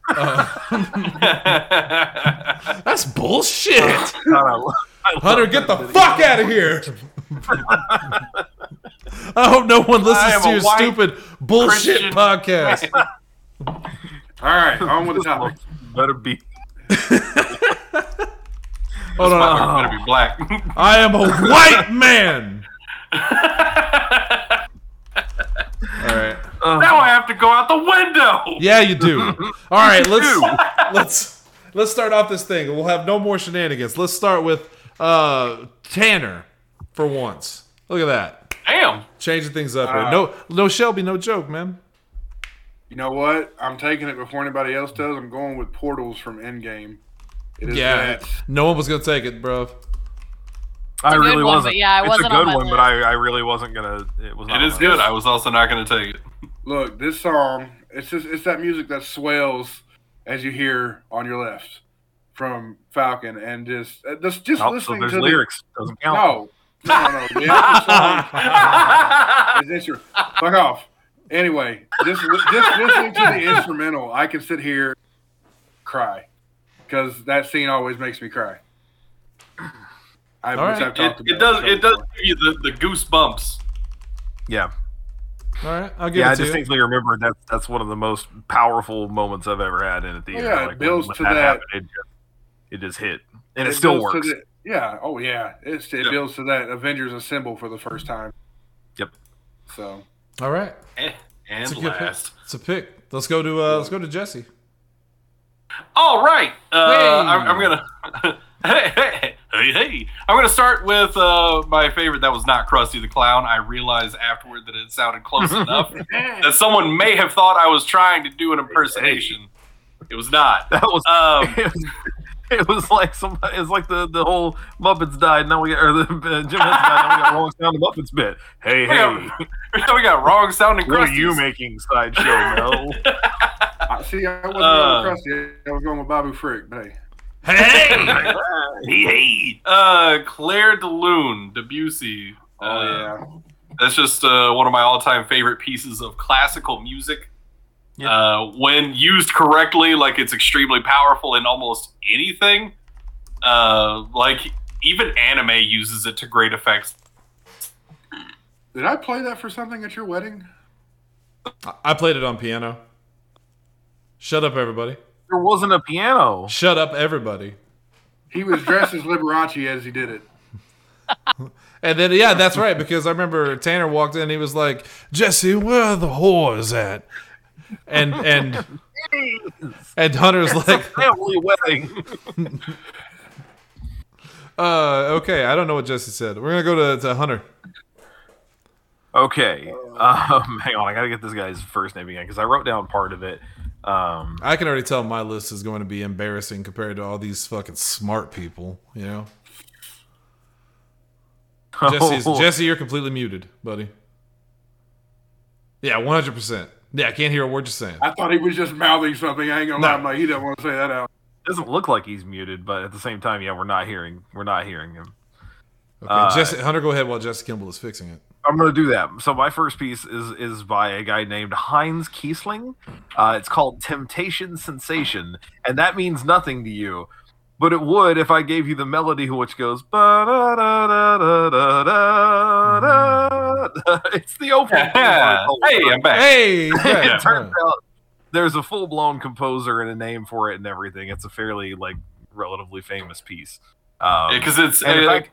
S2: Uh,
S3: I
S1: That's bullshit.
S2: God, I love, I love
S1: Hunter, get the fuck out of here. I hope no one
S2: I
S1: listens
S2: am
S1: to
S2: a
S1: your
S2: white
S1: stupid bullshit
S3: Christian
S1: podcast.
S5: All right, on with the topic.
S2: Better be.
S1: Hold on.
S3: better
S2: Oh.
S3: be black.
S1: I am a white man. All right.
S3: now I have to go out the window.
S1: Yeah, you do. All right, let's let's let's start off this thing. We'll have no more shenanigans. Let's start with uh Tanner for once. Look at that.
S3: Damn.
S1: Changing things up
S2: Uh,
S1: here. No no Shelby, no joke, man.
S5: You know what? I'm taking it before anybody else does. I'm going with portals from Endgame. It is
S1: Yeah.
S5: that.
S1: No one was gonna take it, bruv.
S2: I
S4: good
S2: really
S4: one,
S2: wasn't.
S4: but yeah, I
S2: it's
S4: wasn't
S2: a
S4: on
S2: good
S4: my
S2: one, but I, I really wasn't gonna. It was. Not
S3: It is
S2: on
S3: good. I was also not going to take it.
S5: Look, this song. It's just it's that music that swells as you hear on your left from Falcon, and just uh, just just
S2: my- Oh, so
S5: listening
S2: there's
S5: to
S2: lyrics. Doesn't
S5: The,
S2: count.
S5: no, no, no, no. The actual song is this your fuck off. Anyway, just li- just listening to the instrumental, I can sit here cry because that scene always makes me cry. I,
S1: All
S5: which
S1: right.
S5: I've
S3: It,
S5: talked
S3: it
S5: about
S3: does.
S5: on the show
S3: It does
S5: before.
S3: give you the, the goosebumps.
S2: Yeah,
S1: All right, I'll give
S2: yeah. I
S1: it to you.
S2: distinctly remember that. That's one of the most powerful moments I've ever had in a theater.
S5: Oh, yeah, it
S2: Like, when-
S5: builds
S2: when
S5: to that-
S2: happened, it, just, it just hit, and it, still
S5: builds to
S2: works.
S5: the- yeah. Oh yeah. It's, it
S3: Yeah.
S5: builds to that Avengers assemble for the first time.
S2: Yep.
S5: So
S1: All right,
S3: Eh,
S1: it's a
S3: And
S1: good pick.
S3: last.
S1: It's a pick. Let's go to uh, let's go to Jesse.
S3: All right. Uh,
S1: Hey.
S3: I'm, I'm gonna. hey, hey, hey, hey. I'm gonna start with uh, my favorite. That was not Krusty the Clown. I realized afterward that it sounded close enough that someone may have thought I was trying to do an impersonation. It was not.
S2: That was.
S3: Um,
S2: It was, it was like somebody. It's like the the whole Muppets died. Now we got or the uh, Jim Henson died. Now we got wrong sound of Muppets bit. Hey
S3: we, got,
S2: hey,
S3: we got wrong sounding
S2: what are
S3: Krusty.
S2: you making sideshow? No.
S5: I see. I wasn't
S3: Uh.
S5: going with Krusty. I was going with Bobby Frick. But hey,
S1: Hey,
S2: hey hey.
S3: Uh, Claire de Lune, Debussy.
S5: oh
S3: uh,
S5: yeah.
S3: That's just uh, one of my all-time favorite pieces of classical music.
S2: Yeah.
S3: Uh, when used correctly, like it's extremely powerful in almost anything. Uh, like even anime uses it to great effects.
S5: Did I play that for something at your wedding?
S1: I played it on piano. Shut up, everybody.
S2: There wasn't a piano.
S1: Shut up, everybody.
S5: He was dressed as Liberace as he did it.
S1: And then yeah, that's right because I remember Tanner walked in. He was like, "Jesse, where are the whores at?" And and and Hunter's like,
S2: Family wedding.
S1: uh, "Okay, I don't know what Jesse said. We're gonna go to, to Hunter."
S2: Okay. Um, hang on. I got to get this guy's first name again because I wrote down part of it. Um,
S1: I can already tell my list is going to be embarrassing compared to all these fucking smart people. You know, Jesse's,
S2: Oh.
S1: Jesse, you're completely muted, buddy. Yeah, one hundred percent. Yeah, I can't hear a word you're saying.
S5: I thought he was just mouthing something. I ain't gonna lie. I'm like, he doesn't want to say that out.
S2: doesn't look like he's muted, but at the same time, yeah, we're not hearing we're not hearing him.
S1: Okay,
S2: uh,
S1: Jesse, Hunter, go ahead while Jesse Kimball is fixing it.
S2: I'm gonna do that. So my first piece is is by a guy named Heinz Kiesling. Uh, it's called Temptation Sensation, and that means nothing to you, but it would if I gave you the melody which goes. "Ba-da-da-da-da-da-da-da." It's the opening.
S3: hey, I'm back.
S1: Hey, he's back.
S3: Yeah.
S2: it turns out there's a full blown composer and a name for it and everything. It's a fairly like relatively famous piece. Um,
S3: Because it's
S2: and in
S3: uh,
S2: fact-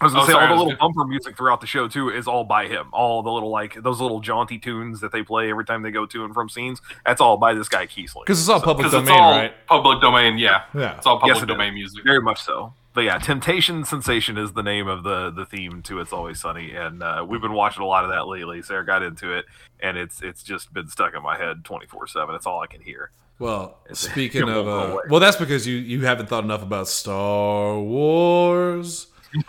S2: I was gonna
S3: Oh,
S2: say
S3: sorry, I
S2: all the
S3: was
S2: little bumper music throughout the show too is all by him. All the little like those little jaunty tunes that they play every time they go to and from scenes. That's all by this guy Keesling.
S1: Because it's all public
S3: 'cause
S1: domain,
S3: it's all
S1: right?
S3: public domain. Yeah,
S1: Yeah.
S3: it's all public
S2: Yes, it
S3: domain music.
S2: Very much so. But yeah, Temptation Sensation is the name of the the theme to It's Always Sunny, and uh, we've been watching a lot of that lately. Sarah got into it, and it's it's just been stuck in my head twenty four seven. It's all I can hear.
S1: Well,
S2: It's- it
S1: speaking
S2: won't
S1: of,
S2: go
S1: uh,
S2: away.
S1: well, that's because you you haven't thought enough about Star Wars.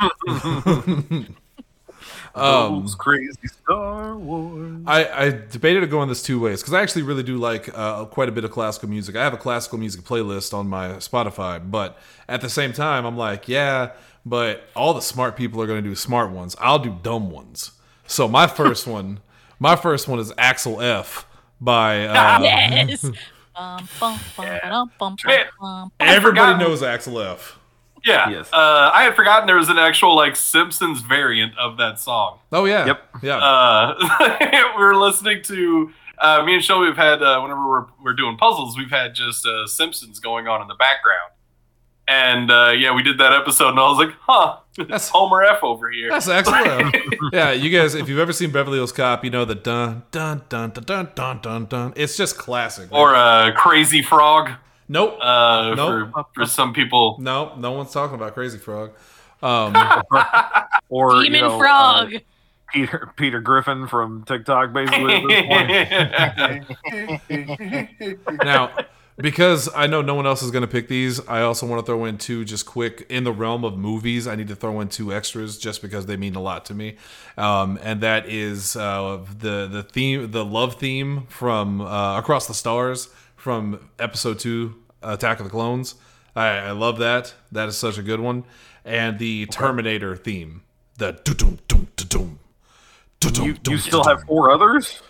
S1: um,
S2: Those crazy Star Wars.
S1: I, I debated to go on this two ways because I actually really do like uh, quite a bit of classical music. I have a classical music playlist on my Spotify, but at the same time, I'm like, yeah, but all the smart people are going to do smart ones. I'll do dumb ones. So my first one, my first one is Axel F by uh,
S4: Yes. Bum, bum, bum, ba-dum, bum,
S3: Shit.
S4: bum, bum.
S1: everybody
S3: forgot-
S1: knows Axel F.
S3: Yeah.
S2: Yes.
S3: Uh, I had forgotten there was an actual like Simpsons variant of that song.
S1: Oh yeah,
S2: Yep.
S1: yeah.
S3: Uh, we were listening to uh, me and Shelby have had uh, whenever we're we're doing puzzles, we've had just uh, Simpsons going on in the background. And uh, yeah, we did that episode, and I was like, "Huh,
S1: That's-
S3: that's Homer F over here."
S1: That's excellent. yeah, you guys, if you've ever seen Beverly Hills Cop, you know the dun dun dun dun dun dun dun dun. It's just classic.
S3: Or uh, Crazy Frog
S1: nope,
S3: uh,
S1: Nope.
S3: for for some people.
S1: no, no one's talking about Crazy Frog. Um,
S2: Or you
S4: Demon
S2: know, uh,
S4: frog.
S2: Peter Peter Griffin from TikTok, basically. At this point.
S3: yeah,
S1: now, because I know no one else is going to pick these, I also want to throw in two just quick in the realm of movies. I need to throw in two extras just because they mean a lot to me, um, and that is uh, the the theme, the love theme from uh, Across the Stars from Episode Two, Attack of the Clones. I, I love that. That is such a good one, and the Terminator theme, the doo-doom, doom, doo-doom, doo-doom,
S2: You, you
S1: doom,
S2: still
S1: doo-doom.
S2: have four others?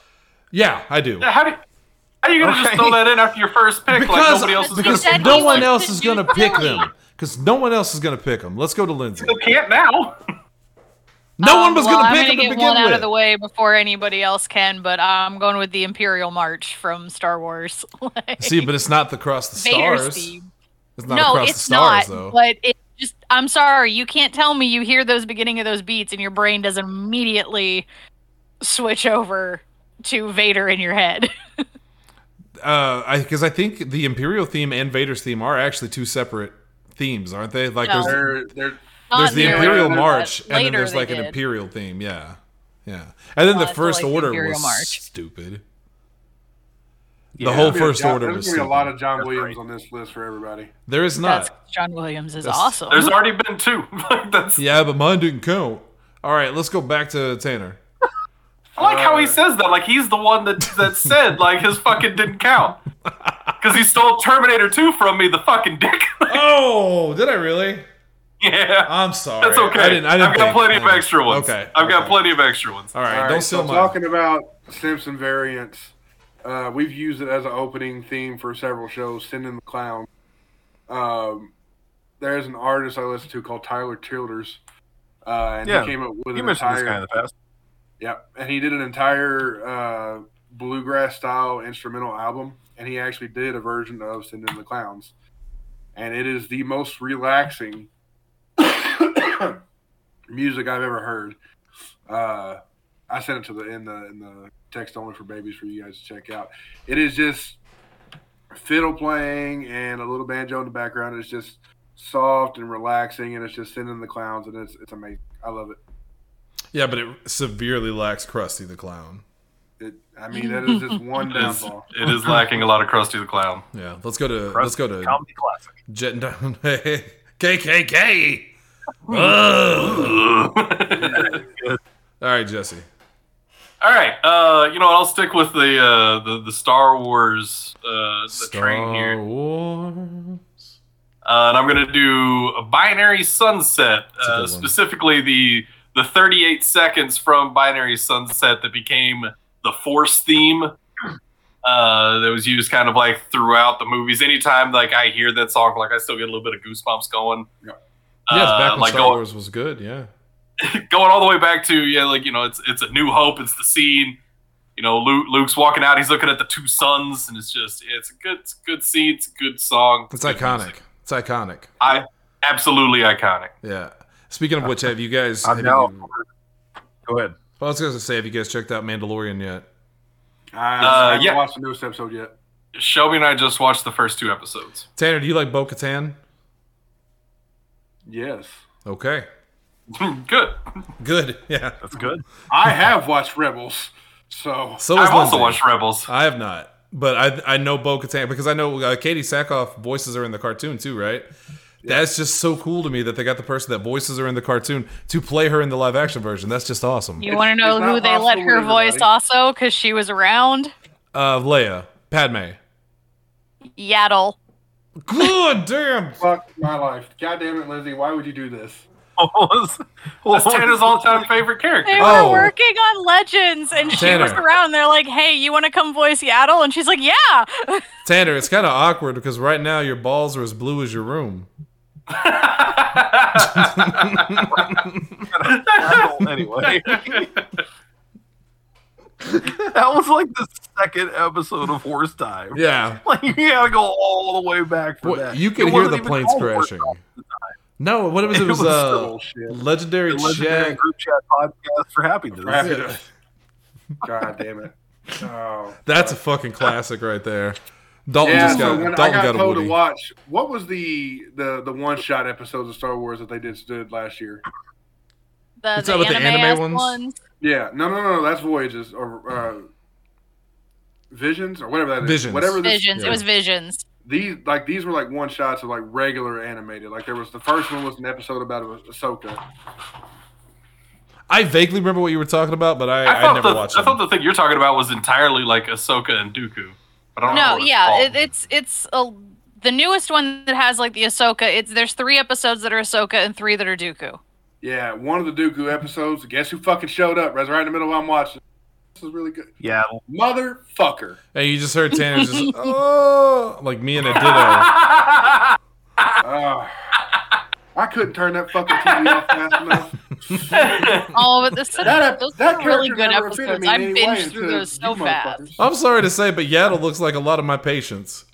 S1: yeah, I do.
S3: how do how you gonna just
S2: Okay.
S3: throw that in after your first pick? like
S1: because,
S3: nobody else is
S1: because
S3: gonna.
S4: pick
S1: no
S4: him.
S1: one
S4: He
S1: else
S4: wants
S1: is
S4: to do
S1: going to pick
S4: Billy.
S1: them. Because no one else is going to pick them. Let's go to Lindsay.
S3: You can't now.
S1: No one
S4: Um,
S1: was
S4: well,
S1: going to
S4: I'm
S1: pick
S4: gonna
S1: them to
S4: get one
S1: begin
S4: out of the
S1: with.
S4: way before anybody else can, but um, I'm going with the Imperial March from Star Wars. like,
S1: See, but it's not the Cross the
S4: Vader's
S1: Stars.
S4: theme.
S1: It's not
S4: No,
S1: Across
S4: it's
S1: the Stars,
S4: not.
S1: though.
S4: But it just, I'm sorry, you can't tell me you hear those beginning of those beats and your brain doesn't immediately switch over to Vader in your head.
S1: Because Uh, I, think the Imperial theme and Vader's theme are actually two separate themes, aren't they? Like
S4: No.
S1: there's,
S5: They're, they're,
S4: Not
S1: there's the
S4: nearly,
S1: Imperial
S4: but
S1: March, and then
S4: later
S1: there's
S4: they
S1: like an
S4: did.
S1: Imperial theme. Yeah, yeah. And then the
S4: Uh, so,
S1: First
S4: like, the
S1: Order
S4: Imperial
S1: was
S4: March.
S1: stupid. The
S2: Yeah.
S1: whole
S5: there's gonna be a
S1: First
S5: John-
S1: Order
S5: There's
S1: was
S5: going to be a
S1: stupid.
S5: lot of John
S2: That's
S5: Williams
S2: right.
S5: on this list for everybody.
S1: there is not.
S4: That's John Williams is
S1: That's-
S4: awesome.
S3: There's already been two. Like, that's
S1: Yeah, but mine didn't count. All right, let's go back to Tanner.
S3: I like how he says that. Like he's the one that that said like his fucking didn't count because he stole Terminator Two from me. The fucking dick.
S1: Oh, did I really?
S3: yeah,
S1: I'm sorry.
S3: that's okay.
S1: I didn't. I didn't
S3: have got
S1: think.
S3: plenty of
S1: Okay.
S3: extra ones.
S1: Okay.
S3: I've got
S1: okay.
S3: plenty of extra ones.
S1: All right,
S5: All right,
S1: don't steal
S5: so
S1: mine.
S5: talking about Simpson variants, uh, we've used it as an opening theme for several shows. Send in the clown. Um, there's an artist I listen to called Tyler Childers, uh, and
S2: Yeah,
S5: he came up with
S2: You
S5: an
S2: mentioned
S5: entire
S2: this guy in the past.
S5: yeah, and he did an entire uh, bluegrass style instrumental album, and he actually did a version of Send in the Clowns, and it is the most relaxing music I've ever heard. Uh, I sent it to the in the in the text only for babies for you guys to check out. It is just fiddle playing and a little banjo in the background. It's just soft and relaxing, and it's just Send in the Clowns, and it's it's amazing. I love it.
S1: Yeah, but it severely lacks Krusty the Clown.
S5: It, I mean, that is just one
S3: It is,
S5: downfall.
S3: it is lacking a lot of Krusty the Clown.
S1: Yeah, let's go to let's go to
S2: comedy classic.
S1: Jet and Down. KKK. Ugh. All right, Jesse.
S3: All right, uh, you know what? I'll stick with the uh, the, the Star Wars uh, the train here.
S1: Wars.
S3: Uh, and I'm gonna do a binary
S1: a
S3: sunset,
S1: good
S3: uh,
S1: one.
S3: specifically the the 38 seconds from binary sunset that became the force theme. Uh, that was used kind of like throughout the movies. Anytime like I hear that song, like I still get a little bit of goosebumps going.
S5: Yeah.
S1: Yeah, it's back
S3: Uh,
S1: when
S3: like
S1: Star
S3: going,
S1: Wars was good. Yeah.
S3: going all the way back to yeah, like you know, it's it's a New Hope. It's the scene. You know, Luke, Luke's walking out. He's looking at the two suns, and it's just it's a good it's a good scene. It's a good song.
S1: It's
S3: good music.
S1: iconic. It's iconic.
S3: I absolutely iconic.
S1: Yeah. Speaking of which, have you guys?
S2: I'm
S1: have
S2: now.
S1: you-
S2: Go ahead.
S1: I was gonna say, have you guys checked out Mandalorian yet?
S5: I,
S3: Uh,
S5: I haven't
S3: yeah.
S5: watched the newest episode yet.
S3: Shelby and I just watched the first two episodes.
S1: Tanner, do you like Bo Katan?
S5: Yes.
S1: Okay.
S3: Good.
S1: Good. Yeah.
S2: That's good.
S5: I have watched Rebels, so
S1: So is
S3: I've
S1: Lindsay.
S3: also watched Rebels.
S1: I have not, but I I know Bo Katan because I know uh, Katie Sackhoff voices are in the cartoon too, right? That's just so cool to me that they got the person that voices her in the cartoon to play her in the live action version. That's just awesome.
S4: You
S5: It's-
S4: want to know
S5: it's not
S4: who they let
S5: possible
S4: her
S5: with
S4: voice
S5: everybody.
S4: also because she was around?
S1: Uh, Leia, Padme.
S4: Yaddle.
S1: Good damn.
S5: fuck my life. God damn it, Lindsay, why would you do this?
S2: What was, what
S1: Uh,
S3: That's
S2: was-
S3: Tana's all-time favorite
S4: They
S3: character.
S4: were
S1: Oh.
S4: working on Legends, and she was
S1: Tanner.
S4: around. And they're like, "Hey, you want to come voice Yaddle?" And she's like, "Yeah."
S1: Tanner, it's kind of awkward because right now your balls are as blue as your room.
S2: anyway. that was like the second episode of Horse Time.
S1: Yeah.
S2: Like you gotta go all the way back for
S1: What,
S2: that.
S1: you could
S2: It
S1: hear
S2: wasn't
S1: the
S2: even
S1: planes
S2: called Horse
S1: crashing. No, what was it?
S2: It
S1: was,
S2: was
S1: uh,
S5: Bullshit.
S1: legendary,
S2: Time, the legendary
S1: Jack.
S2: group chat podcast for happiness.
S5: For happiness.
S1: Yeah.
S5: God damn it. Oh.
S1: That's a fucking classic right there. Dalton
S5: yeah,
S1: just got
S5: so when I
S1: Dalton
S5: got,
S1: got, a
S5: told
S1: Woody.
S5: to watch, what was the the the one shot episodes of Star Wars that they just did last year?
S4: The,
S1: What's up with the anime
S4: anime-ass
S1: ones?
S5: Yeah, no, no, no, that's Voyages or uh, Visions or whatever that is.
S1: Visions.
S5: Whatever this,
S4: Visions.
S1: Yeah.
S4: It was Visions.
S5: these like these were like one shots of like regular animated. Like there was the first one was an episode about Ahsoka.
S1: I vaguely remember what you were talking about, but I,
S3: I
S1: I,
S3: thought,
S1: never
S3: the,
S1: watched
S3: I
S1: it.
S3: thought the thing you're talking about was entirely like Ahsoka and Dooku. But I
S5: Oh,
S3: don't know
S4: No,
S3: what it's
S4: yeah,
S3: called.
S4: it, it's it's a, the newest one that has like the Ahsoka. It's there's three episodes that are Ahsoka and three that are Dooku.
S5: Yeah, one of the Dooku episodes. Guess who fucking showed up? Right right in the middle while I'm watching. This is really good,
S2: Yeah,
S5: motherfucker.
S1: Hey, you just heard Tanner just oh like me and a ditto.
S5: Ah. I couldn't turn that fucking TV off fast enough.
S4: Oh, but this,
S5: That, uh,
S4: those
S5: that
S4: are really
S5: character
S4: good
S5: never offended
S4: episodes.
S5: me in
S4: I
S5: any way
S4: binged through
S5: until
S4: those
S5: you
S4: so fast.
S5: motherfuckers.
S1: I'm sorry to say, but Yaddle looks like a lot of my patients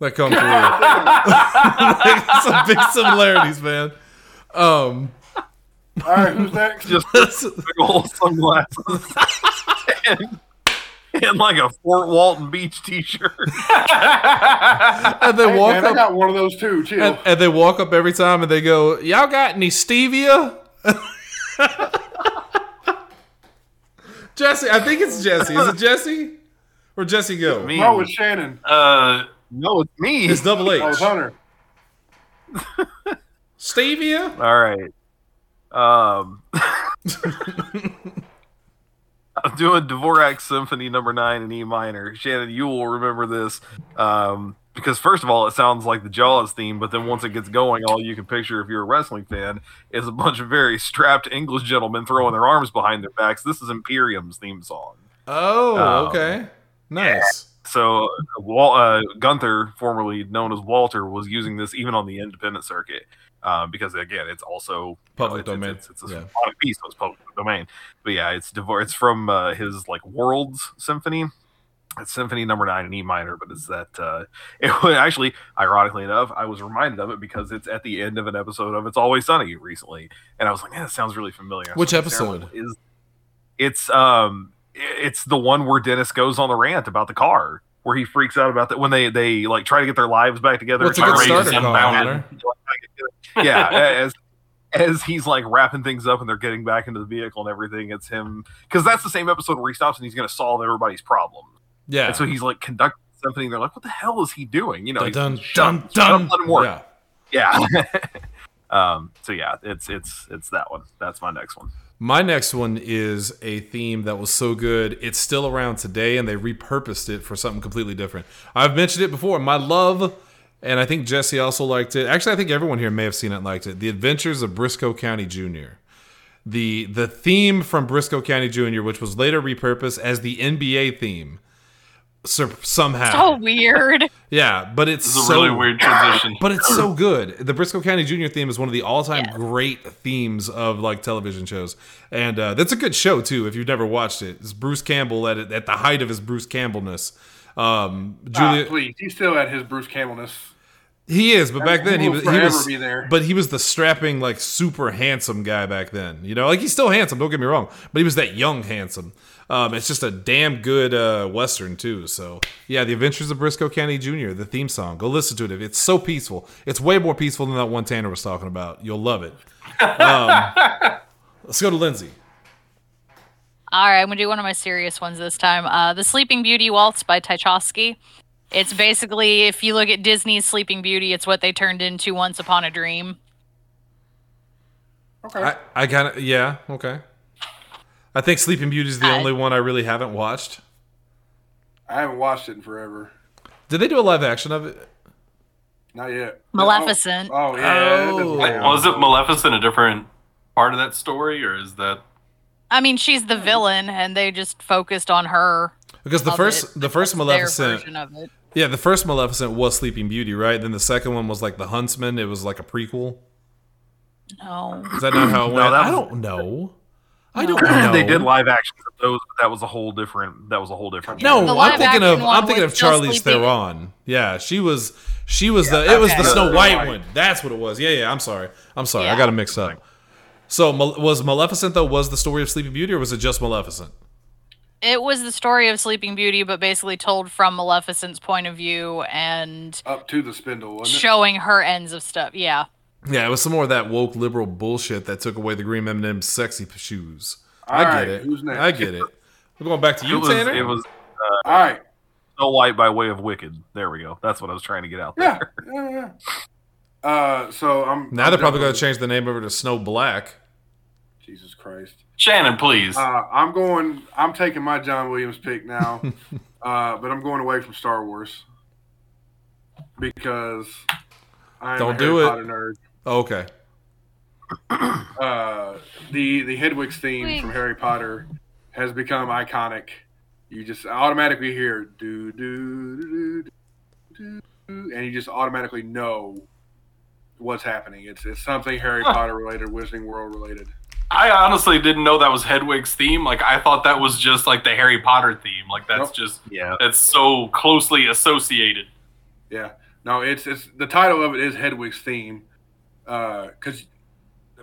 S1: that come through. like, some big similarities, man. Um,
S5: All right, who's next?
S2: just big old sunglasses. and, and like a Fort Walton Beach t-shirt.
S1: and they
S5: Hey,
S1: walk
S5: man, I
S1: up,
S5: got one of those too. Chill.
S1: and, and they walk up every time, and they go, "Y'all got any stevia?" Jesse, I think it's Jesse. Is it Jesse or Jesse Go?
S2: Me.
S5: no, it's Shannon.
S3: uh,
S2: No, it's me.
S1: It's double H.
S5: Oh, it's Hunter.
S1: Stevia.
S2: All right. Um, I'm doing Dvorak Symphony Number Nine in E minor. Shannon, you will remember this um, because first of all, it sounds like the Jaws theme, but then once it gets going, all you can picture if you're a wrestling fan is a bunch of very strapped English gentlemen throwing their arms behind their backs. This is Imperium's theme song.
S1: Oh,
S2: Um,
S1: okay. Nice.
S2: So, Wal- uh, Gunther, formerly known as Walter, was using this even on the independent circuit uh, because, again, it's also you know,
S1: Public
S2: it's-
S1: domain.
S2: It's, it's, it's a
S1: Yeah.
S2: symphonic piece, so it's public domain. But yeah, it's divor- It's from uh, his like Worlds Symphony. It's Symphony Number Nine in E minor, but it's that. Uh, it wa- actually, ironically enough, I was reminded of it because it's at the end of an episode of It's Always Sunny recently, and I was like, "Man, that sounds really familiar." I
S1: Which
S2: was like, "Sarah,
S1: episode?
S2: is it's um it's the one where Dennis goes on the rant about the car, where he freaks out about that when they they like try to get their lives back together.
S1: What's a
S2: and
S1: good
S2: try to raise
S1: starter
S2: them
S1: call,
S2: back.
S1: Hunter?
S2: yeah, as as he's like wrapping things up and they're getting back into the vehicle and everything, it's him because that's the same episode where he stops and he's going to solve everybody's problem.
S1: Yeah.
S2: And so he's like conducting something. And they're like, "What the hell is he doing?" You know, he's,
S1: dun,
S2: "Shut
S1: dun,
S2: up, shut up,
S1: dun,
S2: let him work.
S1: Yeah.
S2: Yeah. um. So yeah, it's it's it's that one. That's my next one.
S1: My next one is a theme that was so good, it's still around today, and they repurposed it for something completely different. I've mentioned it before. My love, and I think Jesse also liked it. Actually, I think everyone here may have seen it and liked it. The Adventures of Briscoe County Jr. The the theme from Briscoe County Jr., which was later repurposed as the NBA theme. sur- somehow.
S4: So weird.
S1: yeah, but it's
S3: this is a
S1: so
S3: really weird transition.
S1: But it's so good. The Briscoe County Junior theme is one of the all-time
S4: Yeah.
S1: great themes of like television shows, and uh, that's a good show too. If you've never watched it, it's Bruce Campbell at at the height of his Bruce Campbellness. Um,
S5: Ah,
S1: Julia,
S5: please, he's still at his Bruce Campbellness.
S1: He is, but back then he
S5: will
S1: was he
S5: forever
S1: was
S5: be there.
S1: but he was the strapping like super handsome guy back then. You know, like he's still handsome, don't get me wrong, but he was that young handsome. Um, it's just a damn good uh, western too. So yeah, The Adventures of Briscoe County Jr. The theme song. Go listen to it. It's so peaceful. It's way more peaceful than that one Tanner was talking about. You'll love it. Um, let's go to Lindsay.
S4: All right, I'm gonna do one of my serious ones this time. Uh, the Sleeping Beauty Waltz by Tchaikovsky. It's basically, if you look at Disney's Sleeping Beauty, it's what they turned into Once Upon a Dream.
S5: Okay.
S1: I, I kind of yeah okay. I think Sleeping Beauty is the
S4: I-
S1: only one I really haven't watched.
S5: I haven't watched it in forever.
S1: Did they do a live action of it?
S5: Not yet.
S4: Maleficent.
S5: Oh, oh yeah. that doesn't
S1: Oh.
S5: count.
S3: Was it Maleficent a different part of that story, or is that
S4: I mean, she's the villain, and they just focused on her.
S1: Because the
S4: of
S1: first
S4: it.
S1: the first
S4: That's their
S1: Maleficent
S4: version of it.
S1: Yeah, the first Maleficent was Sleeping Beauty, right? Then the second one was like The Huntsman. It was like a prequel.
S4: No,
S1: Is that not how it
S2: No,
S1: went?
S2: that
S1: Oh, I
S2: was-
S1: don't know. I don't know.
S2: they did live actions of those, but that was a whole different. That was a whole different.
S1: No,
S4: The
S1: I'm
S4: live
S1: thinking of
S4: action one
S1: I'm thinking
S4: was
S1: of
S4: still
S1: Charlize
S4: Sleeping-
S1: Theron. Yeah, she was she was the it was the
S4: okay.
S1: Snow
S5: Snow
S1: White
S5: White.
S1: one. That's what it was. Yeah, yeah. I'm sorry. I'm sorry. I
S4: Yeah.
S1: got it mixed up. So Mal- was Maleficent though? Was the story of Sleeping Beauty, or was it just Maleficent?
S4: it was the story of Sleeping Beauty, but basically told from Maleficent's point of view and
S5: Up to the spindle,
S1: Oh,
S5: wasn't it?
S4: showing her ends of stuff. Yeah,
S1: Yeah, it was some more of that woke liberal bullshit that took away the green M&M sexy p- shoes. I
S5: All
S1: get
S5: right,
S1: it.
S5: who's next?
S1: I get it. We're going back to you,
S2: it was
S1: Tanner.
S2: it was
S5: All right.
S2: Snow White by way of Wicked. There we go. That's what I was trying to get out there.
S5: Yeah. yeah, yeah. Uh, so I'm
S1: Now
S5: I'm
S1: they're probably
S5: jumping-
S1: going to change the name over to Snow Black.
S5: Jesus Christ.
S3: Shannon? Please,
S5: Uh, I'm going. I'm taking my John Williams pick now, uh, but I'm going away from Star Wars because I'm
S1: Don't
S5: a
S1: do
S5: Harry
S1: it.
S5: Potter nerd.
S1: Oh, okay.
S5: Uh, the the Hedwig's theme
S4: Wait.
S5: from Harry Potter has become iconic. You just automatically hear do do do do, do, and you just automatically know what's happening. It's it's something Harry Potter related, Wizarding World related.
S3: I honestly didn't know that was Hedwig's theme. Like, I thought that was just like the Harry Potter theme. Like, that's
S5: Nope.
S3: just
S2: Yeah.
S3: that's so closely associated.
S5: Yeah. No, it's it's the title of it is Hedwig's theme, because.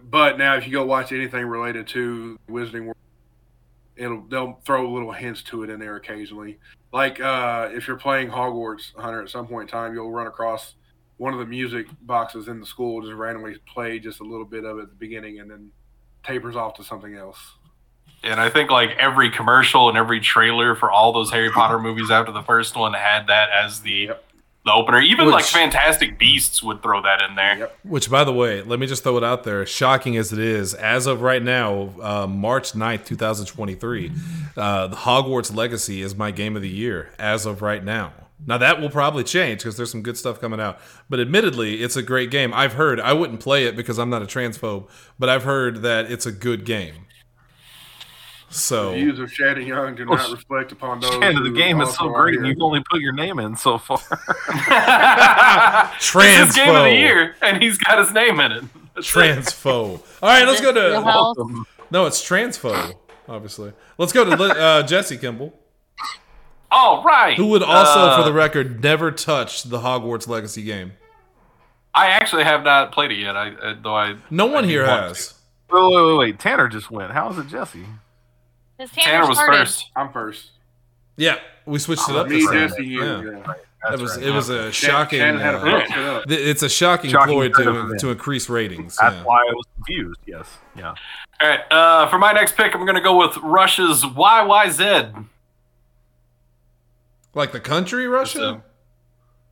S5: but now, if you go watch anything related to Wizarding World, it'll they'll throw little hints to it in there occasionally. Like uh, if you're playing Hogwarts Hunter at some point in time, you'll run across one of the music boxes in the school just randomly play just a little bit of it at the beginning and then tapers off to something else.
S3: And I think like every commercial and every trailer for all those Harry Potter movies after the first one had that as the the opener. Even like
S1: Which-
S3: Fantastic Beasts would throw that in there.
S5: Yep.
S1: Which, by the way, let me just throw it out there. Shocking as it is, as of right now, uh, March 9th, 2023, uh, the Hogwarts Legacy is my game of the year as of right now. Now, that will probably change because there's some good stuff coming out. But admittedly, it's a great game. I've heard, I wouldn't play it because I'm not a transphobe, but I've heard that it's a good game. So.
S5: Views of Shannon Young do not reflect upon those.
S2: And Oh, the
S5: who
S2: game is
S5: also
S2: so
S5: are
S2: great,
S5: here.
S2: and you've only put your name in so far.
S3: It's his game of the
S1: Transphobe.
S3: year, and he's got his name in it. That's it.
S1: Transphobe. All right, let's go to.
S4: Real House.
S1: No, it's transphobe, obviously. Let's go to uh, Jesse Kimball,
S3: All right.
S1: who would also,
S3: Uh,
S1: for the record, never touch the Hogwarts Legacy game.
S3: I actually have not played it yet. I uh, though I
S1: No one
S3: I
S1: here
S3: want
S1: has.
S2: wait, wait, wait, wait. Tanner just went. How is it Jesse?
S4: His
S3: Tanner was
S4: started.
S3: first.
S5: I'm first.
S1: Yeah, we switched it
S2: Oh,
S1: up.
S5: Me,
S1: This time.
S5: Jesse, you.
S1: Yeah.
S5: yeah.
S1: It
S2: That's
S1: was
S2: right.
S1: it was a shocking.
S5: Shannon had to
S1: uh,
S5: fuck it up.
S1: th- it's a shocking,
S2: Shocking
S1: ploy
S2: turn of
S1: to
S2: events.
S1: to increase ratings.
S2: That's
S1: yeah.
S2: why I was confused. Yes. Yeah.
S3: All right. Uh, for my next pick, I'm going to go with Russia's YYZ.
S1: Like the country Russia.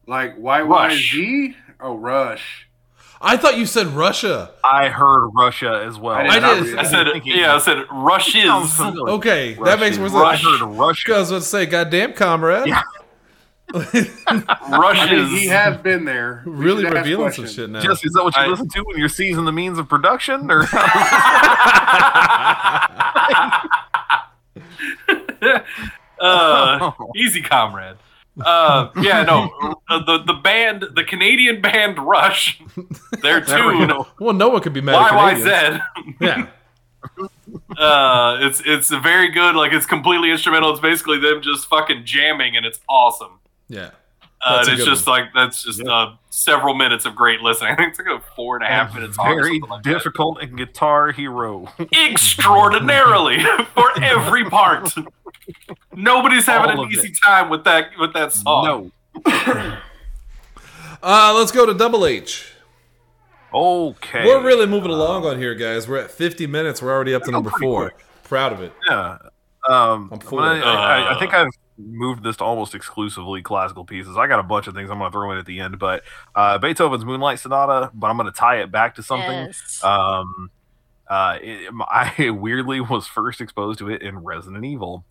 S5: Like why
S3: Rush.
S5: YYZ? Oh, Rush.
S1: I thought you said Russia.
S2: I heard Russia as well.
S5: I
S1: did
S2: And
S1: not
S2: was
S1: read
S3: I said,
S2: thinking-
S3: yeah, I said
S2: Sounds
S3: Russia's.
S2: familiar.
S1: Okay, that
S2: Russia.
S1: makes more
S2: I
S1: sense.
S3: Rush.
S2: heard Russia.
S1: I was about to say, goddamn, comrade.
S2: Yeah.
S5: I mean,
S3: Russia's.
S5: he has been there. We
S1: really
S5: should ask
S1: revealing some
S5: questions.
S1: shit now.
S2: Jesse, is that what you
S3: I-
S2: listen to when you're seizing the means of production? Or
S3: uh,
S2: Oh.
S3: easy, comrade. Uh, yeah, no. uh, the the band, the Canadian band Rush, their
S2: There we
S3: tune
S2: go.
S1: Well, no one could be mad. at Canadians.
S3: YYZ.
S1: Yeah.
S3: Uh, it's it's a very good. Like it's completely instrumental. It's basically them just fucking jamming, and it's awesome.
S1: Yeah.
S3: Uh,
S1: That's
S3: and
S1: a
S3: it's
S1: good
S3: just like that's just
S2: Yeah.
S3: uh, several minutes of great listening. I think it's like a four and a half minutes. long or
S2: Very
S3: something like that.
S2: difficult in Guitar Hero.
S3: extraordinarily for every part. Nobody's having
S2: All
S3: an
S2: of
S3: easy time with that with that song.
S2: No.
S1: Uh, let's go to Double H.
S2: Okay.
S1: We're really moving along on here, guys. We're at 50 minutes. We're already up to number
S2: pretty
S1: four. Proud of it.
S2: Yeah. Um,
S1: I'm
S2: I'm
S1: full.
S2: gonna- I, I- I think I've moved this to almost exclusively classical pieces. I got a bunch of things I'm going to throw in at the end, but uh, Beethoven's Moonlight Sonata, but I'm going to tie it back to something.
S4: Yes.
S2: Um, uh, it, I weirdly was first exposed to it in Resident Evil.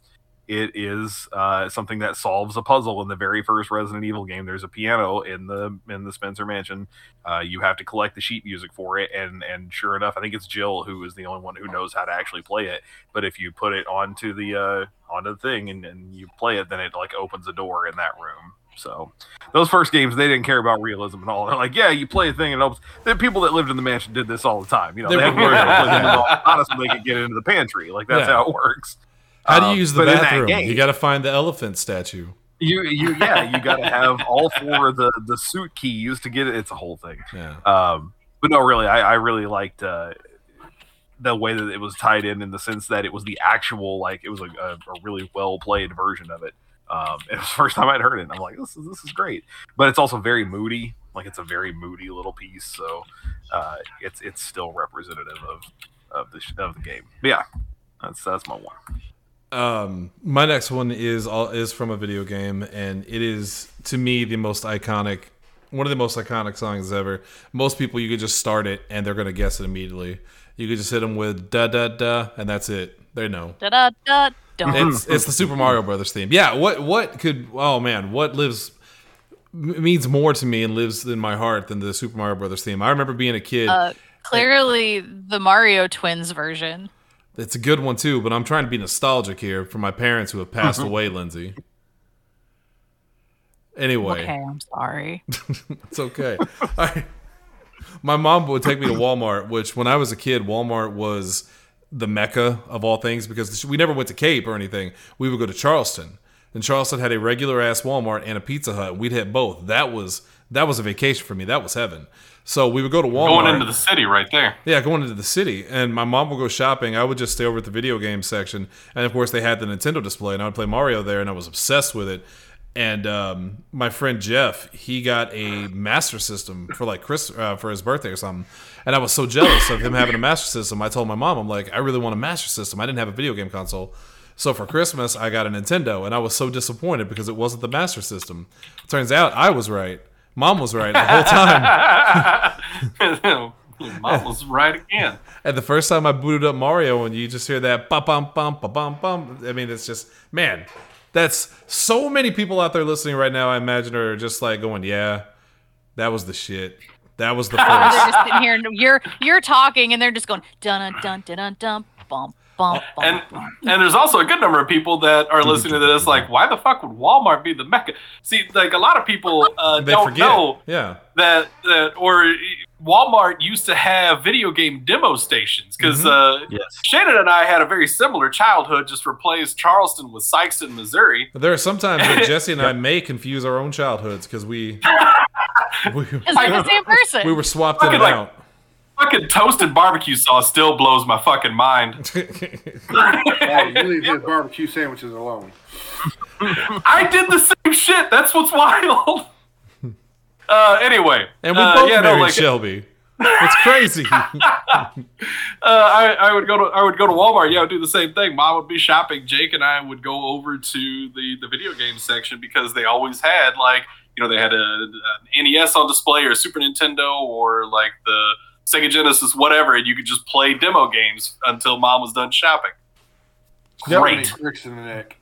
S2: It is uh, something that solves a puzzle in the very first Resident Evil game. There's a piano in the in the Spencer Mansion. Uh, you have to collect the sheet music for it, and and sure enough, I think it's Jill who is the only one who knows how to actually play it. But if you put it onto the uh, onto the thing and, and you play it, then it like opens a door in that room. So those first games, they didn't care about realism at all. They're like, yeah, you play a thing and it opens. The people that lived in the mansion did this all the time. You know,
S1: They
S2: they, had to
S1: were.
S2: worry about putting it on, honestly, they could get into the pantry. Like that's
S1: Yeah.
S2: how it works.
S1: How do
S2: Um,
S1: you use the
S2: but in that
S1: bathroom?
S2: game-
S1: You got to find the elephant statue.
S2: You, you, yeah, you got to have all four of the the suit keys to get it. It's a whole thing.
S1: Yeah.
S2: Um, but no, really, I, I really liked uh, the way that it was tied in, in the sense that it was the actual, like, it was a, a, a really well played version of it. Um, it was the first time I'd heard it. And I'm like, this is this is great, but it's also very moody. Like, it's a very moody little piece, so uh, it's it's still representative of of the sh- of the game. But yeah, that's that's my one.
S1: Um, my next one is all is from a video game, and it is to me the most iconic, one of the most iconic songs ever. Most people, you could just start it and they're gonna guess it immediately. You could just hit them with da da da, and that's it. They know.
S4: da da da. Don't.
S1: It's it's the Super Mario Brothers theme. Yeah. What what could? Oh man, what lives m- means more to me and lives in my heart than the Super Mario Brothers theme. I remember being a kid.
S4: Uh, clearly, the Mario Twins version.
S1: It's a good one too, but I'm trying to be nostalgic here for my parents who have passed away, Lindsay. Anyway,
S4: Okay, I'm sorry.
S1: it's okay. I, my mom would take me to Walmart, which when I was a kid, Walmart was the mecca of all things because we never went to Cape or anything. We would go to Charleston, and Charleston had a regular ass Walmart and a Pizza Hut. We'd hit both. That was that was a vacation for me. That was heaven. So we would go to Walmart.
S3: Going into the city right there.
S1: Yeah, going into the city, and my mom would go shopping. I would just stay over at the video game section, and of course they had the Nintendo display, and I would play Mario there, and I was obsessed with it. And um, my friend Jeff, he got a Master System for like Chris uh, for his birthday or something, and I was so jealous of him having a Master System. I told my mom, I'm like, I really want a Master System. I didn't have a video game console. So for Christmas, I got a Nintendo, and I was so disappointed because it wasn't the Master System. Turns out I was right. Mom was right the whole time.
S3: Mom was right again.
S1: And the first time I booted up Mario, and you just hear that bum bum bum bum bum bum. I mean, it's just man, that's so many people out there listening right now. I imagine are just like going, "Yeah, that was the shit. That was the
S4: they're just
S1: first.
S4: sitting here, and you're you're talking, and they're just going dun dun dun dun dun bum bum bum.
S3: And and there's also a good number of people that are listening to this like, why the fuck would Walmart be the mecca? See, like a lot of people uh,
S1: they
S3: don't
S1: forget.
S3: know
S1: Yeah,
S3: that that or Walmart used to have video game demo stations because
S1: Mm-hmm.
S3: uh,
S2: Yes.
S3: Shannon and I had a very similar childhood, just replaced Charleston with Sykeson, Missouri.
S1: there are sometimes that Jesse and I may confuse our own childhoods because we we,
S4: It's like the same person.
S1: we were swapped in and
S3: Fucking like-
S1: out.
S3: Fucking toasted barbecue sauce still blows my fucking mind.
S5: Wow, you leave those barbecue sandwiches alone.
S3: I did the same shit. That's what's wild. Uh, anyway,
S1: and we
S3: uh,
S1: both
S3: yeah, no,
S1: married
S3: like,
S1: Shelby. It's crazy.
S3: uh, I, I would go to I would go to Walmart. Yeah, I would do the same thing. Mom would be shopping. Jake and I would go over to the the video game section because they always had like you know they had a, an NES on display or a Super Nintendo or like the Sega Genesis whatever, and you could just play demo games until Mom was done shopping.
S5: So many
S3: Great.
S5: Bricks in the neck.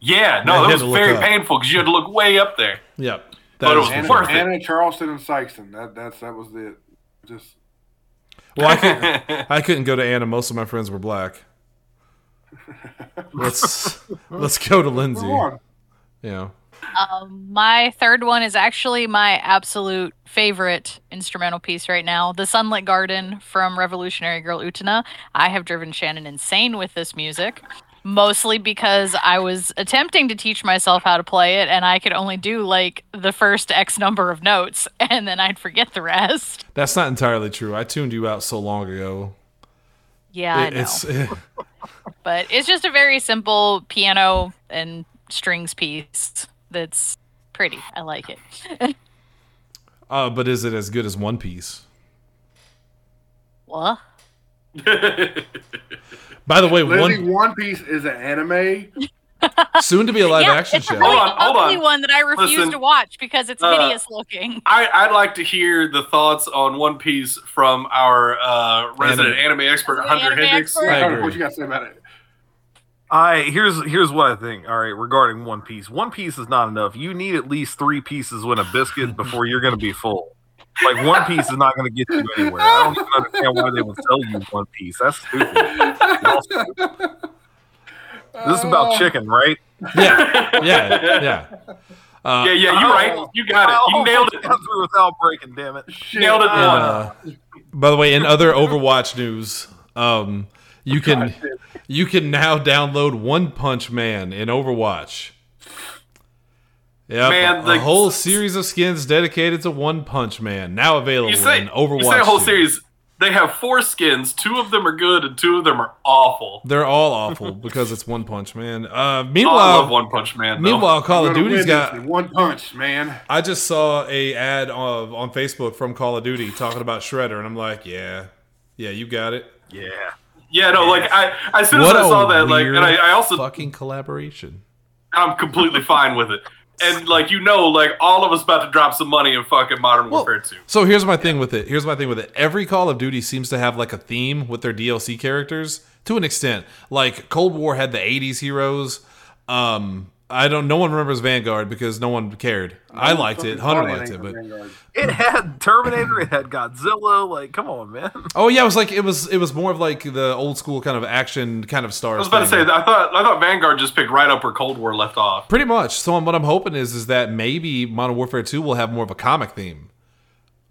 S3: Yeah,
S1: Yeah,
S3: no,
S1: you had
S3: that was
S1: to look
S3: very
S1: up.
S3: painful because you had to look way up there.
S1: yep.
S3: But it
S1: is
S3: was
S1: for
S5: Anna,
S1: sure.
S3: worth it.
S5: Anna Charleston and Sykeson. That that's that was it. Just
S1: Well, I couldn't. I couldn't go to Anna. Most of my friends were black. Let's let's go to Lindsay.
S5: go on.
S1: Yeah.
S4: Um, my third one is actually my absolute favorite instrumental piece right now, "The Sunlit Garden" from Revolutionary Girl Utena. I have driven Shannon insane with this music. mostly because I was attempting to teach myself how to play it and I could only do like the first X number of notes and then I'd forget the rest.
S1: That's not entirely true. I tuned you out so long ago.
S4: Yeah,
S1: It-
S4: I know.
S1: It's
S4: But it's just a very simple piano and strings piece that's pretty. I like it.
S1: uh, but is it as good as One Piece?
S4: What?
S1: By the way,
S5: Lizzie,
S1: one
S5: One Piece is an anime.
S1: soon to be a live
S4: yeah,
S1: action
S4: it's a
S1: show.
S4: really
S3: Hold on, hold
S4: ugly
S3: on.
S4: one that I refuse
S3: Listen,
S4: to watch because it's
S3: uh,
S4: hideous looking.
S3: I, I'd like to hear the thoughts on One Piece from our uh, resident anime, expert,
S4: Resident
S3: Hunter
S4: anime
S3: Hendricks.
S4: expert.
S1: I
S5: Hunter,
S1: agree.
S5: What you got to say about it?
S2: I here's here's what I think. All right, regarding One Piece, One Piece is not enough. You need at least three pieces with a biscuit before you're going to be full. Like One Piece is not going to get you anywhere. I don't even understand why they would sell you One Piece. That's stupid. This is about chicken, right?
S1: Yeah, yeah, yeah. Uh,
S3: Yeah, yeah, you're right.
S4: Oh.
S3: You got it. You nailed it.
S2: Come through without breaking, damn it.
S5: Shit.
S3: Nailed it.
S1: And,
S3: Ah.
S1: uh, by the way, in other Overwatch news, um, you can you can now download One Punch Man in Overwatch. Yeah,
S3: Man,
S1: a
S3: the-
S1: whole series of skins dedicated to One Punch Man now available
S3: You say,
S1: in Oh, Overwatch.
S3: you say a whole
S1: 2.
S3: series. They have four skins. Two of them are good, and two of them are awful.
S1: They're all awful because it's One Punch Man. Uh,
S3: Oh, I love
S1: meanwhile,
S3: One Punch Man. Though.
S1: meanwhile, Call of
S5: Gonna win
S1: Duty's
S5: this
S1: got
S5: in one punch, man.
S1: I just saw a ad of on Facebook from Call of Duty talking about Shredder, and I'm like, yeah, yeah, you got it.
S2: Yeah.
S3: yeah, no, like I, as soon as I saw that, like, and I, I also,
S1: fucking collaboration.
S3: I'm completely fine with it. And like you know, like all of us about to drop some money in fucking Modern
S1: Well,
S3: Warfare 2.
S1: So here's my thing with it. Here's my thing with it. Every Call of Duty seems to have like a theme with their DLC characters to an extent. Like Cold War had the 80s heroes. Um, I don't. No one remembers Vanguard because no one cared. I liked it.
S5: Fucking
S1: Hunter
S5: funny
S1: liked
S5: thing
S1: it,
S5: for
S1: but
S5: Vanguard.
S2: It had Terminator, it had Godzilla. Like, come on, man.
S1: oh yeah, it was like it was it was more of like the old school kind of action kind of stars.
S3: I was about to
S1: thing.
S3: say, I thought I thought Vanguard just picked right up where Cold War left off.
S1: Pretty much. So what I'm hoping is is that maybe Modern Warfare 2 will have more of a comic theme.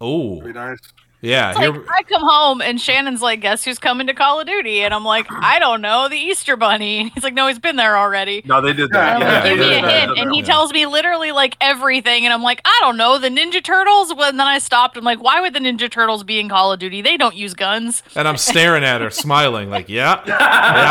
S1: Oh,
S5: Be nice.
S1: yeah.
S4: It's
S1: here-
S4: like I come home and Shannon's like, "Guess who's coming to Call of Duty?" And I'm like, "I don't know, the Easter Bunny." He's like, "No, he's been there already."
S2: No, they did
S4: And I'm like,
S2: that. Yeah,
S4: Give
S2: they
S4: me
S2: did
S4: a
S2: that.
S4: hint, and he
S1: Yeah.
S4: tells me literally like everything, and I'm like, "I don't know, the Ninja Turtles." Well, and then I stopped. I'm like, "Why would the Ninja Turtles be in Call of Duty? They don't use guns."
S1: and I'm staring at her, smiling, like, yeah,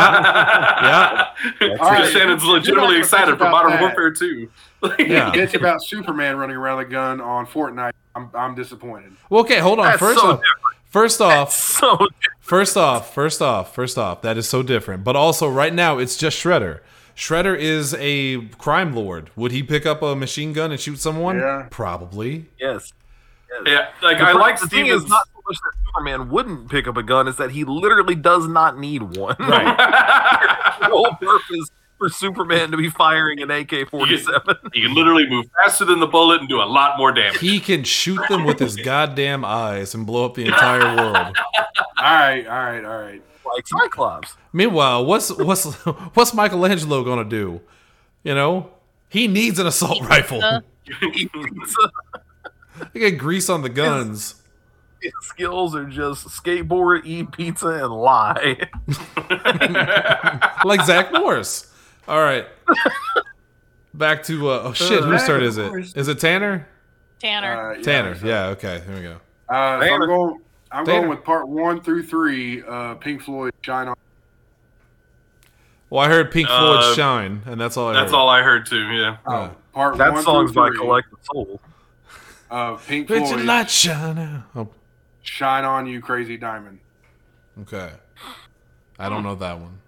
S1: yeah,
S5: All right.
S3: Shannon's
S5: You're not
S3: legitimately
S5: gonna
S3: excited
S5: bitch
S3: for
S5: about
S3: Modern
S5: that.
S3: Warfare 2.
S1: yeah, yeah.
S5: It's about Superman running around with a gun on Fortnite. I'm, I'm disappointed.
S1: Well, okay, hold on.
S2: That's
S1: first
S2: so
S1: off, first off,
S2: So
S1: first off, first off, first off, that is so different. But also, right now, it's just Shredder. Shredder is a crime lord. Would he pick up a machine gun and shoot someone?
S5: Yeah.
S1: Probably.
S2: yes. yes.
S3: Yeah, like
S2: The
S3: I
S2: pro-
S3: like
S2: the thing is
S3: Steven's.
S2: not so much that Superman wouldn't pick up a gun, is that he literally does not need one.
S1: Right.
S2: the whole purpose for Superman to be firing an AK-47.
S3: he can literally move faster than the bullet and do a lot more damage.
S1: He can shoot them with his goddamn eyes and blow up the entire world.
S5: All right, all right, all right.
S2: like Cyclops.
S1: Meanwhile, what's what's what's Michelangelo gonna do? You know, he needs an assault rifle.
S4: Uh.
S2: He's, uh,
S1: He got grease on the guns.
S2: His skills are just skateboard, eat pizza, and lie.
S1: like Zach Morris. All right, back to uh, oh shit, whose turn is it? Is it Tanner?
S4: Tanner,
S5: Uh, yeah,
S1: Tanner.
S5: so-
S1: Yeah. Okay. Here we go.
S5: Uh, so
S2: Tanner.
S5: I'm going. I'm
S1: Tanner.
S5: going with part one through three. Uh, Pink Floyd, Shine On.
S1: Well, I heard Pink Floyd
S3: Uh,
S1: "Shine," and that's all I
S3: That's
S1: heard.
S3: all I heard too. Yeah,
S1: Yeah.
S5: Part
S2: That
S5: one
S2: song's
S5: through
S2: by
S5: three,
S2: Collective Soul.
S5: Uh, Pink
S1: Let your
S5: Floyd,
S1: light shine out. Oh,
S5: Shine On You, Crazy Diamond.
S1: okay. I don't know that one.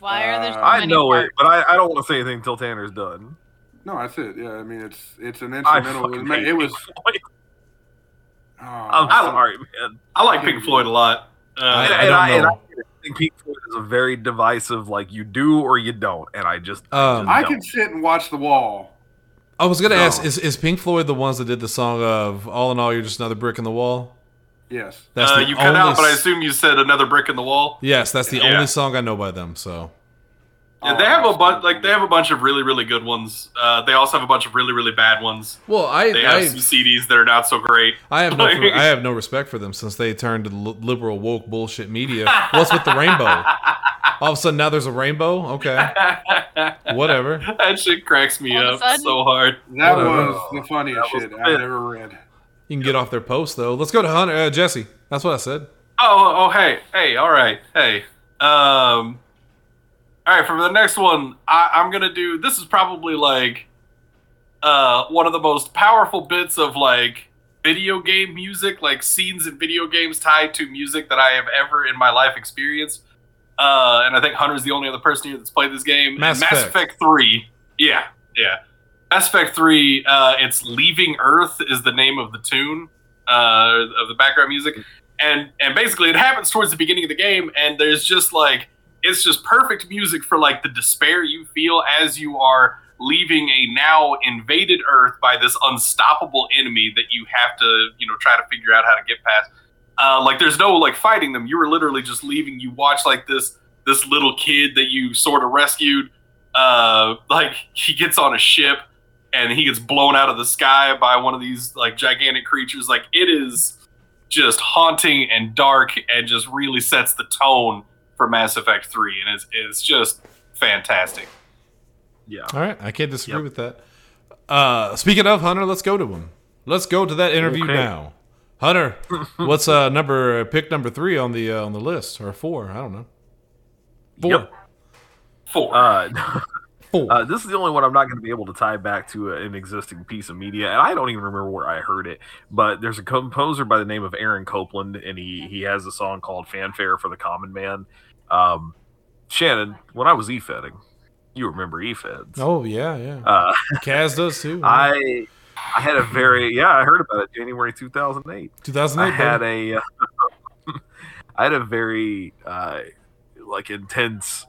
S4: why are there so
S5: uh,
S2: I
S4: many
S2: know it,
S4: parts?
S2: but I, I don't want to say anything until Tanner's done.
S5: No, that's it. Yeah, I mean it's it's an
S2: I
S5: instrumental. It
S2: fucking
S5: ma-
S2: hate
S5: it was.
S2: Pink Floyd.
S5: Oh,
S2: I'm
S5: I-
S2: sorry, man.
S3: I like Pink Floyd a lot. Uh,
S1: I, I
S2: and
S1: don't
S2: I- and
S1: know.
S2: I think Pink Floyd is a very divisive, like you do or you don't, and I just
S1: um,
S5: I
S2: No.
S5: could sit and watch The Wall.
S1: I was gonna
S2: No.
S1: ask: is, is Pink Floyd the ones that did the song of "All in All, You're Just Another Brick in the Wall"?
S5: Yes.
S1: That's
S3: uh,
S1: the
S3: you cut
S1: only
S3: out, but I
S1: s-
S3: assume you said another brick in the wall.
S1: Yes, that's the
S3: Yeah.
S1: only song I know by them. So
S3: Yeah, they
S5: Oh,
S3: have a bunch,
S5: absolutely.
S3: like they have a bunch of really, really good ones. Uh, they also have a bunch of really, really bad ones.
S1: well, I
S3: They have
S1: I,
S3: some CDs that are not so great.
S1: I have no
S3: like-
S1: I have no respect for them since they turned to li- liberal woke bullshit media. What's with the rainbow? All of a sudden now there's a rainbow. Okay, whatever.
S3: that shit cracks me
S4: All of a
S3: up
S4: sudden?
S3: so hard.
S5: That
S1: Whatever.
S5: was the funniest
S2: That was
S5: shit
S2: good.
S5: I've ever read.
S1: You can get off their post though. Let's go to Hunter uh, Jesse. That's what I said.
S3: Oh, oh, oh, hey, hey, all right, hey. Um, all right, for the next one, I, I'm gonna do. This is probably like uh one of the most powerful bits of like video game music, like scenes in video games tied to music that I have ever in my life experienced. Uh, and I think Hunter's the only other person here that's played this game.
S1: Mass
S3: And Mass
S1: Effect.
S3: Effect Three. Yeah, yeah. Mass Effect Three. Uh, it's "Leaving Earth" is the name of the tune uh, of the background music, and and basically it happens towards the beginning of the game, and there's just like it's just perfect music for like the despair you feel as you are leaving a now invaded Earth by this unstoppable enemy that you have to you know try to figure out how to get past. Uh, like there's no like fighting them. You were literally just leaving. You watch like this this little kid that you sort of rescued. Uh, like he gets on a ship and he gets blown out of the sky by one of these like gigantic creatures. Like it is just haunting and dark and just really sets the tone for Mass Effect 3 and it's it's just fantastic.
S2: Yeah.
S1: All right, I can't disagree
S2: Yep.
S1: with that. Uh, speaking of Hunter, let's go to him. Let's go to that interview
S2: Okay.
S1: now. Hunter, what's uh number pick number three on the uh, on the list or four? I don't know. Four,
S2: Yep.
S3: Four.
S2: Uh,
S1: four.
S2: Uh, this is the only one I'm not going to be able to tie back to uh, an existing piece of media, and I don't even remember where I heard it. But there's a composer by the name of Aaron Copeland, and he he has a song called "Fanfare for the Common Man." Um, Shannon, when I was e-fetting, you remember e-feds?
S1: oh yeah, yeah.
S2: Uh,
S1: Kaz does too.
S2: I I had a very yeah, I heard about it January 2008. I
S1: 2008.
S2: had
S1: baby.
S2: a, uh, I had a very uh, like intense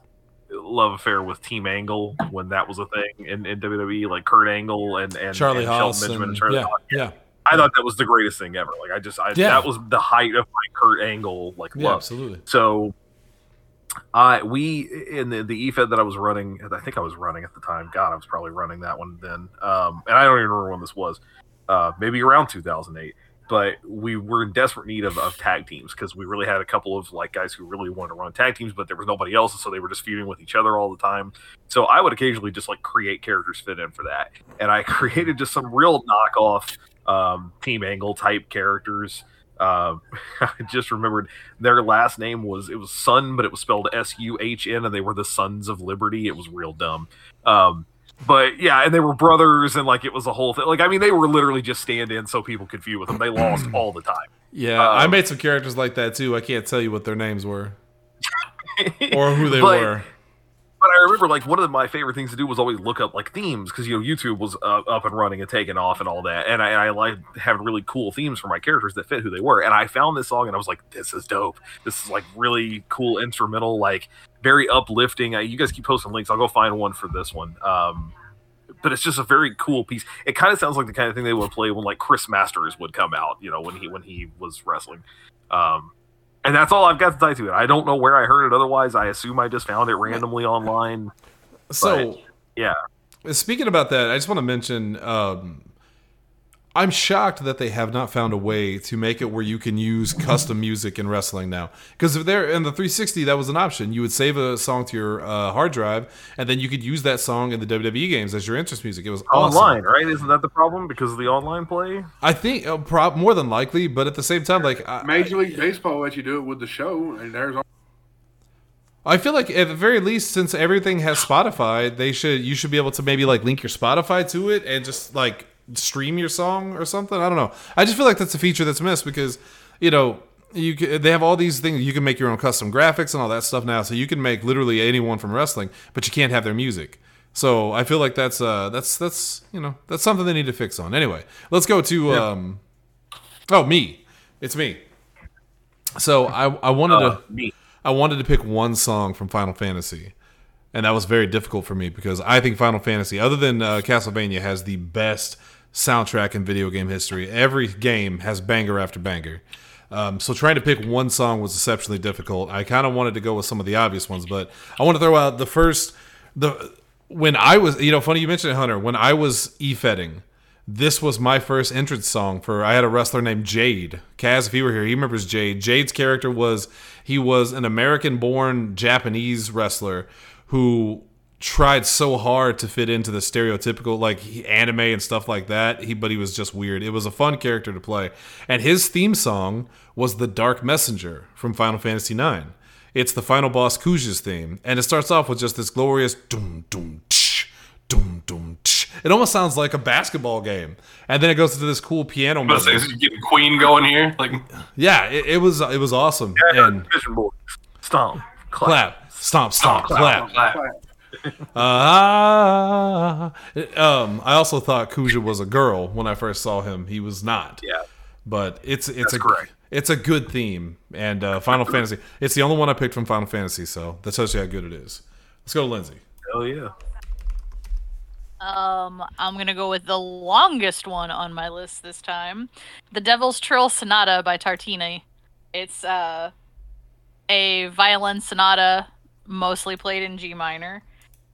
S2: love affair with Team Angle when that was a thing in, in WWE, like Kurt Angle and and
S1: Charlie
S2: and
S1: Haas.
S2: Shelton Benjamin
S1: and-
S2: and Charlie
S1: yeah,
S2: Haas.
S1: yeah,
S2: I thought that was the greatest thing ever. Like I just, I,
S1: Yeah.
S2: that was the height of my Kurt Angle like
S1: yeah,
S2: love.
S1: absolutely.
S2: So, I we in the the EFED that I was running, I think I was running at the time. God, I was probably running that one then, um, and I don't even remember when this was. Uh, maybe around 2008. But we were in desperate need of, of tag teams because we really had a couple of like guys who really wanted to run tag teams, but there was nobody else, so they were just feuding with each other all the time. So I would occasionally just like create characters fit in for that, and I created just some real knockoff um, Team Angle type characters. Um, I just remembered their last name was it was Sun, but it was spelled S U H N, and they were the Sons of Liberty. It was real dumb. Um, but yeah, and they were brothers, and like it was a whole thing. Like I mean, they were literally just stand in so people could feud with them. They lost all the time.
S1: Yeah,
S2: Um,
S1: I made some characters like that too. I can't tell you what their names were or who they
S2: But-
S1: were.
S2: but I remember like one of my favorite things to do was always look up like themes because you know YouTube was uh, up and running and taking off and all that, and I, and I liked having really cool themes for my characters that fit who they were. And I found this song and I was like, "This is dope. This is like really cool instrumental, like very uplifting." I, you guys keep posting links. I'll go find one for this one. Um, but it's just a very cool piece. It kind of sounds like the kind of thing they would play when like Chris Masters would come out, you know, when he when he was wrestling. Um, and that's all I've got to tie to it. I don't know where I heard it otherwise. I assume I just found it randomly online.
S1: So
S2: yeah.
S1: Speaking about that, I just want to mention. Um, I'm shocked that they have not found a way to make it where you can use custom music in wrestling now. Because if they're in the 360, that was an option. You would save a song to your uh, hard drive, and then you could use that song in the WWE games as your interest music. It was awesome.
S2: Online, right? Isn't that the problem? Because of the online play?
S1: I think uh, prob- more than likely, but at the same time, like I,
S5: Major League Baseball lets you do it with the show, and there's all-
S1: I feel like at the very least, since everything has Spotify, they should you should be able to maybe like link your Spotify to it and just like stream your song or something. I don't know. I just feel like that's a feature that's missed because you know you ca they have all these things. You can make your own custom graphics and all that stuff now, so you can make literally anyone from wrestling, but you can't have their music. So I feel like that's uh that's that's you know that's something they need to fix on. Anyway, let's go to um oh me, it's me. So I I wanted
S2: Uh,
S1: to.
S2: me.
S1: I wanted to pick one song from Final Fantasy, and that was very difficult for me because I think Final Fantasy, other than uh, Castlevania, has the best soundtrack in video game history. Every game has banger after banger. Um, so trying to pick one song was exceptionally difficult. I kind of wanted to go with some of the obvious ones, but I want to throw out the first the when I was you know funny you mentioned it, Hunter when I was e-fetting this was my first entrance song for I had a wrestler named Jade. Kaz, if he were here, he remembers Jade. Jade's character was he was an American born Japanese wrestler who tried so hard to fit into the stereotypical like he- anime and stuff like that. He but he was just weird. It was a fun character to play. And his theme song was The Dark Messenger from Final Fantasy IX. It's the final boss Kuja's theme. And it starts off with just this glorious doom doom tsh, doom doom tsh. It almost sounds like a basketball game. And then it goes into this cool piano
S3: But
S1: music.
S3: is you getting Queen going here? Like,
S1: Yeah, it, it was it was awesome. And
S2: Vision board. Stomp. Clap.
S1: clap, stomp, stomp, clap.
S3: Oh, clap.
S1: Uh, um, I also thought Kuja was a girl when I first saw him. He was not.
S3: Yeah.
S1: But it's it's
S3: That's
S1: a
S3: correct.
S1: it's a good theme and uh, Final Fantasy. It's the only one I picked from Final Fantasy, so that tells you how good it is. Let's go, to Lindsay.
S2: Hell yeah.
S4: Um, I'm gonna go with the longest one on my list this time, "The Devil's Trill Sonata" by Tartini. It's uh, a violin sonata, mostly played in G minor,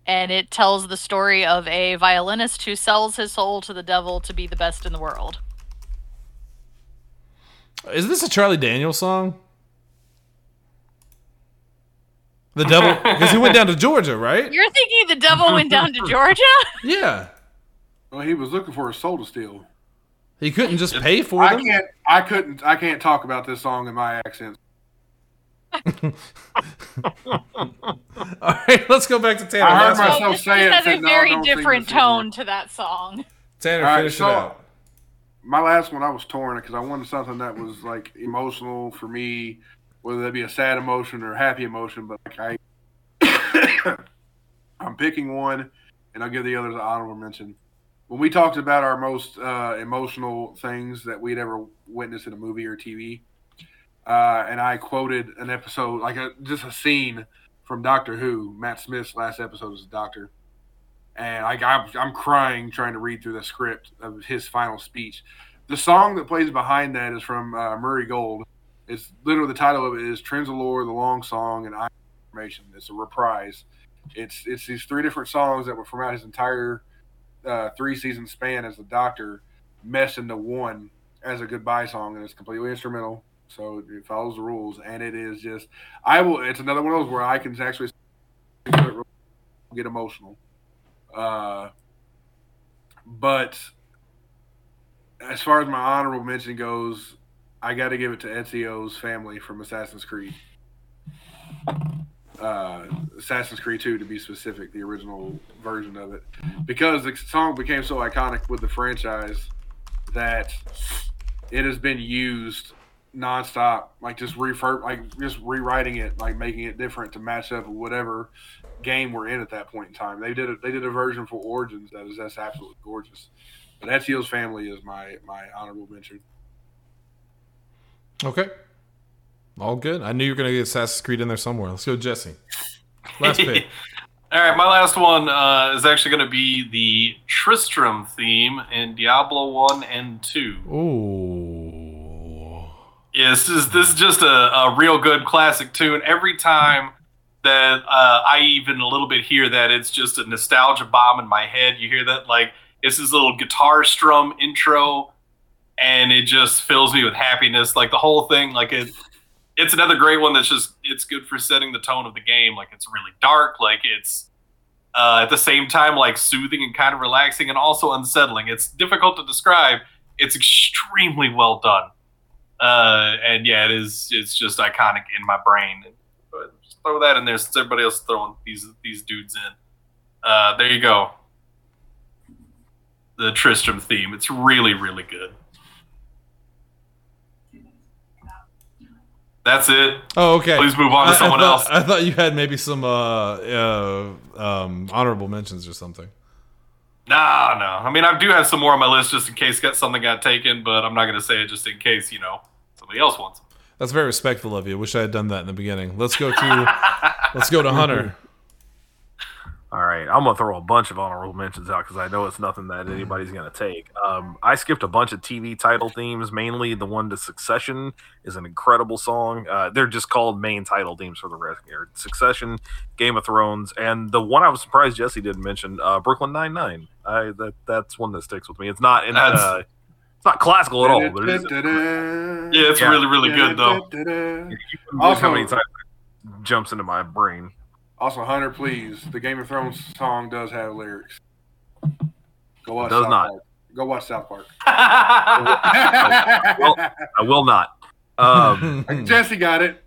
S4: and it tells the story of a violinist who sells his soul to the devil to be the best in the world.
S1: Is this a Charlie Daniels song? The devil, because he went down to Georgia, right?
S4: You're thinking the devil went down to Georgia?
S1: Yeah,
S5: Well, he was looking for a soul to steal.
S1: he couldn't just pay for
S5: I
S1: them.
S5: can't. I couldn't. I can't talk about this song in my accent.
S1: All right, let's go back to Tanner.
S5: I heard
S1: Last one.
S5: my- so
S4: this
S5: say it,
S4: has
S5: say
S4: a
S5: no,
S4: very
S5: don't sing
S4: different
S5: this anymore.
S4: tone to that song.
S1: Tanner,
S5: All right,
S1: finish
S5: so-
S1: it out.
S5: my last one I was torn because I wanted something that was like emotional for me, whether that be a sad emotion or a happy emotion. But like I, I'm picking one, and I'll give the others an honorable mention. When we talked about our most uh, emotional things that we'd ever witnessed in a movie or TV, uh, and I quoted an episode, like a, just a scene from Doctor Who. Matt Smith's last episode as a doctor, and like I'm, I'm crying trying to read through the script of his final speech. The song that plays behind that is from uh, Murray Gold. It's literally the title of it is Trenzalore, the long song, and I information. It's a reprise. It's it's these three different songs that were from out his entire uh, three season span as the Doctor, meshed into one as a goodbye song, and it's completely instrumental. So it follows the rules, and it is just I will. It's another one of those where I can actually get emotional. Uh, but as far as my honorable mention goes, I got to give it to Ezio's family from Assassin's Creed. Uh, Assassin's Creed 2, to be specific, the original version of it, because the song became so iconic with the franchise that it has been used nonstop, like just refurb, like just rewriting it, like making it different to match up with whatever game we're in at that point in time. They did a, they did a version for Origins that is that's absolutely gorgeous. But Ezio's family is my my honorable mention.
S1: Okay. All good. I knew you were going to get Assassin's Creed in there somewhere. Let's go, Jesse. Last pick.
S3: All right, my last one uh, is actually going to be the Tristram theme in Diablo One and Two.
S1: Ooh.
S3: Yeah, this is this is just a, a real good classic tune. Every time that uh, I even a little bit hear that, it's just a nostalgia bomb in my head. You hear that like it's this little guitar strum intro, and it just fills me with happiness. Like the whole thing, like it. It's another great one that's just it's good for setting the tone of the game. Like it's really dark. Like it's uh, at the same time like soothing and kind of relaxing, and also unsettling. It's difficult to describe. It's extremely well done uh, and yeah, it is. It's just iconic in my brain. But just throw that in there since everybody else is throwing these these dudes in. Uh, there you go. The Tristram theme. It's really really good. That's it.
S1: Oh, okay.
S3: Please move on
S1: I-
S3: to
S1: I
S3: someone
S1: thought-
S3: else.
S1: I thought you had maybe some uh, uh, um, honorable mentions or something.
S3: Nah, no. I mean, I do have some more on my list just in case got something got taken, but I'm not gonna say it just in case you know somebody else wants. It.
S1: That's very respectful of you. Wish I had done that in the beginning. Let's go to let's go to Hunter.
S2: All right, I'm gonna throw a bunch of honorable mentions out because I know it's nothing that anybody's gonna take. Um, I skipped a bunch of TV title themes, mainly the one to Succession is an incredible song. Uh, they're just called main title themes for the rest here: Succession, Game of Thrones, and the one I was surprised Jesse didn't mention, uh, Brooklyn Nine Nine. I that that's one that sticks with me. It's not in
S3: That's-
S2: uh, it's not classical at all. But it's,
S3: Yeah, it's really, really good though.
S5: though.
S2: you wouldn't believe how
S5: Also-
S2: many times it jumps into my brain.
S5: Also, Hunter, please. The Game of Thrones song does have lyrics. Go watch.
S2: does
S5: South
S2: not.
S5: Park. Go watch South Park.
S2: Well- I will not. Um,
S5: Jesse got it.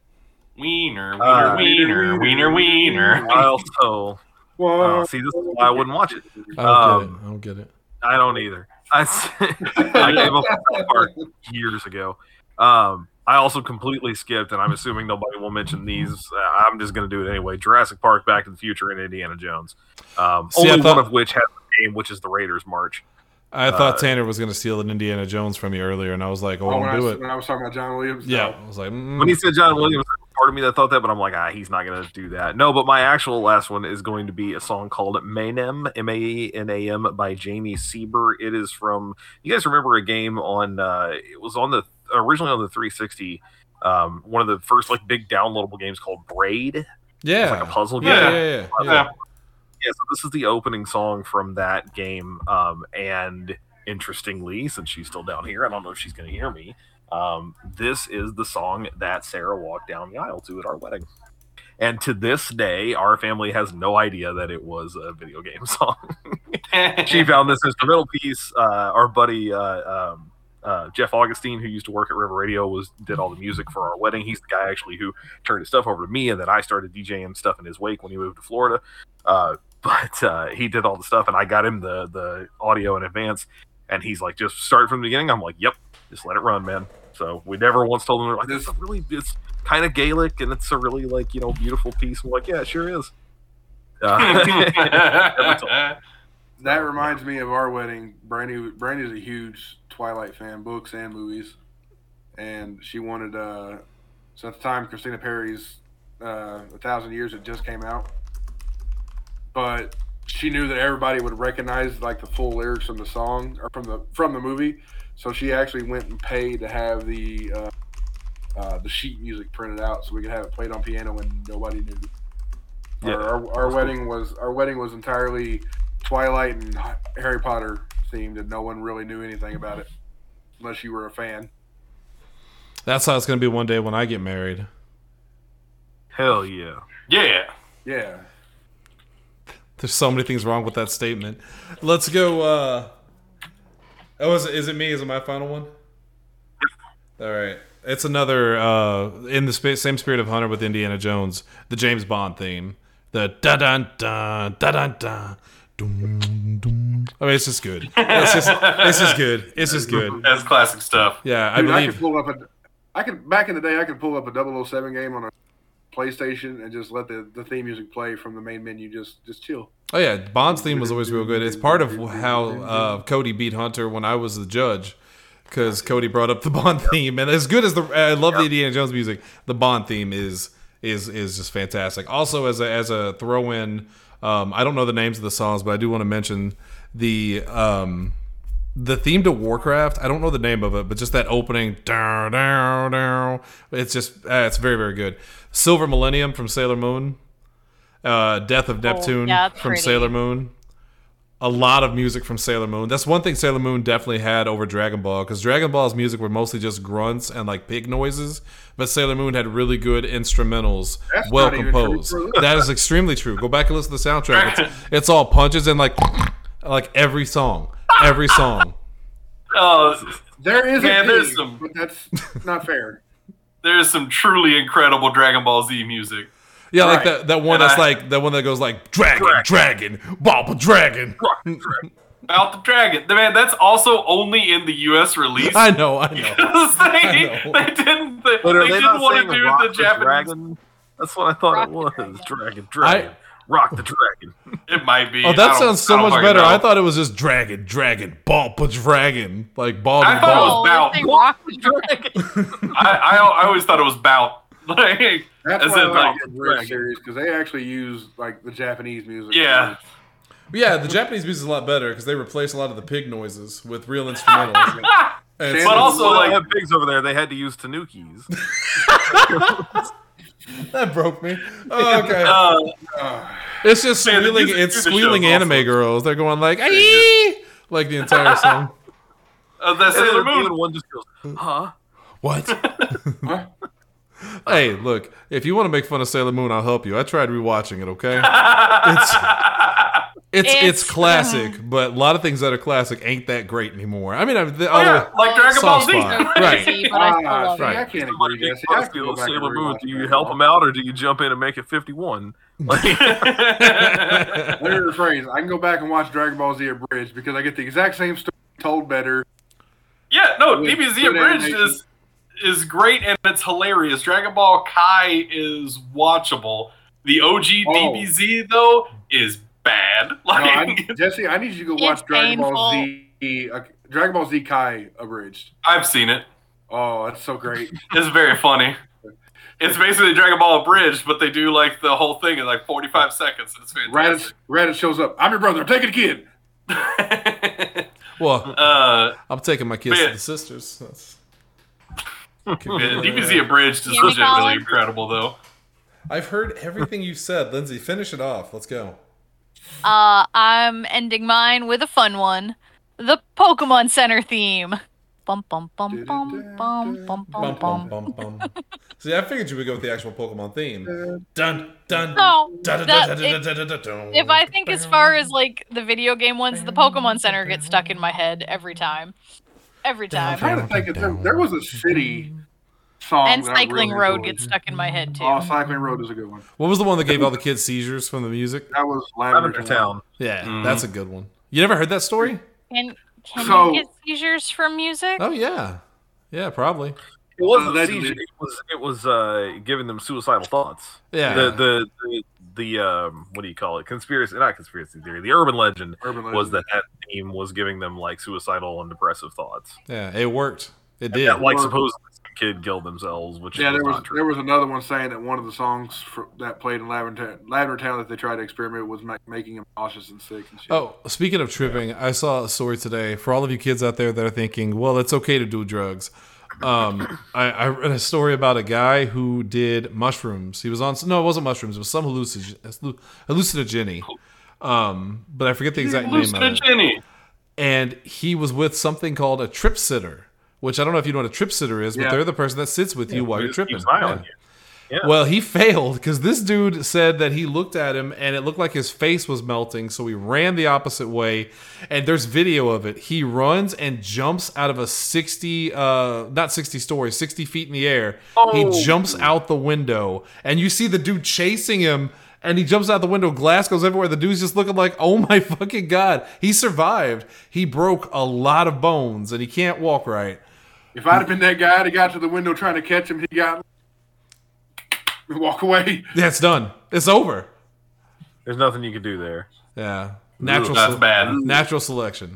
S3: wiener, wiener,
S2: Uh,
S3: wiener, wiener, wiener.
S2: I also uh, see this is why I wouldn't watch it.
S6: I don't
S2: Um,
S6: get it. I don't
S2: I don't
S6: get it.
S2: either. I, s- I gave up on South Park years ago. Um, I also completely skipped, and I'm assuming nobody will mention these. Uh, I'm just going to do it anyway. Jurassic Park, Back to the Future, and Indiana Jones. Um,
S1: See, I
S2: only
S1: thought-
S2: one of which has a name, which is the Raiders March.
S1: I thought
S2: Uh,
S1: Tanner was going to steal an Indiana Jones from you earlier, and I was like, "Oh,
S5: Oh, when,
S1: won't
S5: I
S1: do
S5: was,
S1: it."
S5: when I was talking about John Williams.
S1: Yeah,
S5: no.
S1: I was like, mm,
S2: When he said John Williams, part of me that thought that, but I'm like, ah, he's not going to do that. No, but my actual last one is going to be a song called Maynem, M A E N A M, by Jamie Sieber. It is from, you guys remember a game on, uh, it was on the, originally on the 360, um, one of the first like big downloadable games called Braid.
S1: yeah,
S2: It's like a puzzle game.
S1: yeah, yeah, yeah, yeah.
S3: Yeah.
S2: Yeah, so this is the opening song from that game. Um, and interestingly, since she's still down here, I don't know if she's going to hear me. Um, this is the song that Sarah walked down the aisle to at our wedding. And to this day, our family has no idea that it was a video game song. she found this instrumental piece. Uh, our buddy uh, um, uh, Jeff Augustine, who used to work at River Radio, was did all the music for our wedding. He's the guy actually who turned his stuff over to me, and then I started DJing stuff in his wake when he moved to Florida. Uh, but uh, he did all the stuff, and I got him the the audio in advance, and he's like, "Just start from the beginning." I'm like, "Yep, just let it run, man." So we never once told him like this is really it's kind of Gaelic and it's a really like you know beautiful piece. I'm like, "Yeah, it sure is." Uh,
S5: That reminds me of our wedding. Brandy Brandy's a huge Twilight fan, books and movies, and she wanted. uh So at the time, Christina Perry's uh, "A Thousand Years" had just came out, but she knew that everybody would recognize like the full lyrics from the song or from the from the movie. So she actually went and paid to have the uh, uh, the sheet music printed out so we could have it played on piano when nobody knew.
S2: Yeah,
S5: Our, our, our wedding was our wedding was entirely Twilight and H- Harry Potter themed, and no one really knew anything about it unless you were a fan.
S1: That's how it's going to be one day when I get married.
S2: hell yeah.
S3: yeah.
S5: Yeah,
S1: There's so many things wrong with that statement. Let's go. Uh, oh, is it, is it me? Is it my final one? All right. It's another uh, in the sp- same spirit of Hunter with Indiana Jones, the James Bond theme, the da dun dun da dun dun. Doom, doom. I mean, it's just good. It's just, it's just good. It's just good.
S3: That's classic stuff.
S1: Yeah, I
S5: Dude, I
S1: believe.
S5: could pull up a, I could back in the day I could pull up a 007 game on a PlayStation and just let the, the theme music play from the main menu. Just just chill.
S1: Oh yeah, Bond's theme was always real good. It's part of how uh, Cody beat Hunter when I was the judge, because Cody brought up the Bond theme, and as good as the I love the Indiana Jones music, the Bond theme is is is just fantastic. Also, as a as a throw in, um, I don't know the names of the songs, but I do want to mention the um, the theme to Warcraft. I don't know the name of it, but just that opening down down down. It's just uh, it's very very good. Silver Millennium from Sailor Moon uh, Death of Neptune
S4: Oh, yeah, that's
S1: from
S4: pretty.
S1: Sailor Moon. A lot of music from Sailor Moon. That's one thing Sailor Moon definitely had over Dragon Ball because Dragon Ball's music were mostly just grunts and like pig noises, but Sailor Moon had really good instrumentals,
S5: That's
S1: well
S5: not even true,
S1: composed.
S5: bro.
S1: That is extremely true. Go back and listen to the soundtrack. It's, it's all punches and like like every song, every song.
S3: Oh,
S5: There is
S3: Man,
S5: a
S3: there's
S5: theme,
S3: some-
S5: but that's not fair.
S3: there's some truly incredible Dragon Ball Z music.
S1: Yeah, like
S5: Right.
S1: that, that one
S3: And
S1: that's
S3: I-
S1: like that one that goes like dragon, dragon, baba dragon.
S3: About the dragon, man. That's also only in the U.S. release.
S1: I know, I know.
S3: Because
S1: I
S3: they,
S1: know.
S3: they didn't they,
S2: But are
S3: they
S2: they,
S3: didn't
S2: not
S3: want
S2: saying
S3: to do
S2: rock
S3: the
S2: the
S3: Japanese.
S2: dragon? That's what I thought it was.
S4: Rock the
S2: Dragon, dragon, rock the dragon.
S3: It might be.
S1: Oh,
S3: I
S1: that
S3: don't-
S1: sounds
S3: I
S1: so
S3: don't
S1: much
S3: fucking
S1: better.
S3: know.
S1: I thought it was just dragon, dragon, ball, but dragon, like ball,
S3: I
S1: and
S3: thought it
S1: ball.
S3: was-
S4: Oh,
S3: about-
S4: they rock the dragon.
S3: I, I, I always thought it was Bout. Like,
S5: That's
S3: As
S5: why I
S3: in,
S5: like
S3: like,
S5: that Rick
S3: Rick.
S5: series because they actually use like the Japanese music. Ah,
S3: Yeah.
S1: Yeah, the Japanese music is a lot better because they replace a lot of the pig noises with real instrumentals. And
S5: But
S1: so-
S3: but also
S2: Well, they
S3: like
S2: have pigs over there. They had to use tanukis.
S1: that broke me. Oh, okay,
S3: uh,
S5: Uh,
S1: it's just
S3: man, the
S1: squealing.
S3: music
S1: It's
S3: through the
S1: squealing
S3: show's
S1: anime
S3: awesome.
S1: girls. They're going like, "Aye!" like the entire song.
S3: uh, the
S2: And
S3: Sailor
S2: then
S3: Moon.
S2: even one just goes, huh?
S1: What? hey, look, if you want to make fun of Sailor Moon, I'll help you. I tried rewatching it, okay? It's it's it's,
S4: It's-
S1: classic, but a lot of things that are classic ain't that great anymore. I mean, I, the
S3: Oh,
S1: other
S3: yeah, like Dragon Ball
S1: soft
S3: Z.
S1: spot. Right.
S4: But I still
S5: ah,
S4: love
S5: see,
S1: it.
S5: I can't
S2: Somebody
S5: agree.
S2: big
S5: Jesse. I have
S2: fuck
S5: to go
S2: steals
S5: back and
S2: Sailor Moon.
S5: rewatch
S2: Do you
S5: that.
S2: help him out or do you jump in and make it 51? Like,
S5: Literally the phrase. I can go back and watch Dragon Ball Z Abridged because I get the exact same story told better.
S3: yeah, no,
S5: With
S3: DBZ
S5: good
S3: Abridged
S5: animation.
S3: is is great and it's hilarious. Dragon Ball Kai is watchable. The OG
S5: Oh.
S3: DBZ though is bad.
S5: No, I,
S3: Like
S5: Jesse, I need you to go watch
S4: It's
S5: Dragon Ball Z. Uh, Dragon Ball Z Kai Abridged.
S3: I've seen it.
S5: Oh, that's so great.
S3: It's very funny. It's basically Dragon Ball Abridged, but they do like the whole thing in like 45 seconds. And it's
S5: Raditz,
S3: fantastic.
S5: Raditz shows up. I'm your brother. I'm taking a kid.
S1: Well,
S3: uh,
S1: I'm taking my kids to
S3: Man.
S1: the sisters. That's...
S3: yeah, DBZ Abridged is
S4: Jimmy
S3: legitimately
S4: Collins?
S3: incredible, though.
S1: I've heard everything you've said, Lindsay. Finish it off. Let's go.
S4: Uh, I'm ending mine with a fun one. The Pokemon Center theme. Bum bum bum bum bum bum bum
S1: Bum bum
S4: bum.
S1: bum bum. See, I figured you would go with the actual Pokemon theme. Dun dun.
S4: No,
S1: dun, dun,
S4: that-
S1: dun, dun,
S4: if,
S1: dun, dun, dun, dun.
S4: if I think as far as like the video game ones, the Pokemon Center gets stuck in my head every time, every time.
S5: I'm trying to think. If there, there was a city song.
S4: And
S5: that I
S4: Cycling
S5: really
S4: Road
S5: enjoyed.
S4: gets stuck in my head too.
S5: Oh, Cycling Road is a good one.
S1: What was the one that gave all the kids seizures from the music?
S5: That was
S2: Lavender
S5: Lavender
S2: Town.
S1: Yeah,
S3: Mhm.
S1: that's a good one. You never heard that story?
S4: Can can
S5: So-
S4: you get seizures from music?
S1: Oh yeah, yeah, probably.
S2: It wasn't
S5: Allegedly.
S2: seizure. It was, it was uh, giving them suicidal thoughts.
S1: Yeah.
S2: The, the, the, the um, what do you call it? Conspiracy, not conspiracy theory. The urban legend
S5: Urban Legend.
S2: was that that theme was giving them like suicidal and depressive thoughts.
S1: Yeah, it worked. It did.
S2: Yeah, like
S5: Or-
S2: supposedly some kid killed themselves, which
S5: Yeah,
S2: is
S5: there was
S2: not
S5: there
S2: true.
S5: was another one saying that one of the songs for, that played in Lavender Town, Lavender Town that they tried to experiment with was ma- making them nauseous and sick and shit.
S1: Oh, speaking of tripping, I saw a story today for all of you kids out there that are thinking, "Well, it's okay to do drugs." Um, I, I read a story about a guy who did mushrooms. He was on no, it wasn't mushrooms. It was some hallucin- hallucinogenic. Um, but I forget the exact name of it.
S3: Hallucinogenic.
S1: and he was with something called a trip sitter, which I don't know if you know what a trip sitter is, but
S5: Yeah.
S1: they're the person that sits with you while you're
S2: Just
S1: tripping.
S2: keeps an eye on
S1: Yeah.
S2: you. Yeah.
S1: Well, he failed because this dude said that he looked at him and it looked like his face was melting, so he ran the opposite way. And there's video of it. He runs and jumps out of a 60, uh, not 60 stories, 60 feet in the air. He jumps out the window, and you see the dude chasing him. And he jumps out the window, glass goes everywhere. The dude's just looking like, oh my fucking God. He survived. He broke a lot of bones and he can't walk right.
S5: If I'd have been that guy that got to the window trying to catch him, he got and walk away.
S1: That's done. It's over.
S2: There's nothing you could do there.
S1: Yeah. Natural
S3: that's bad.
S1: Natural selection.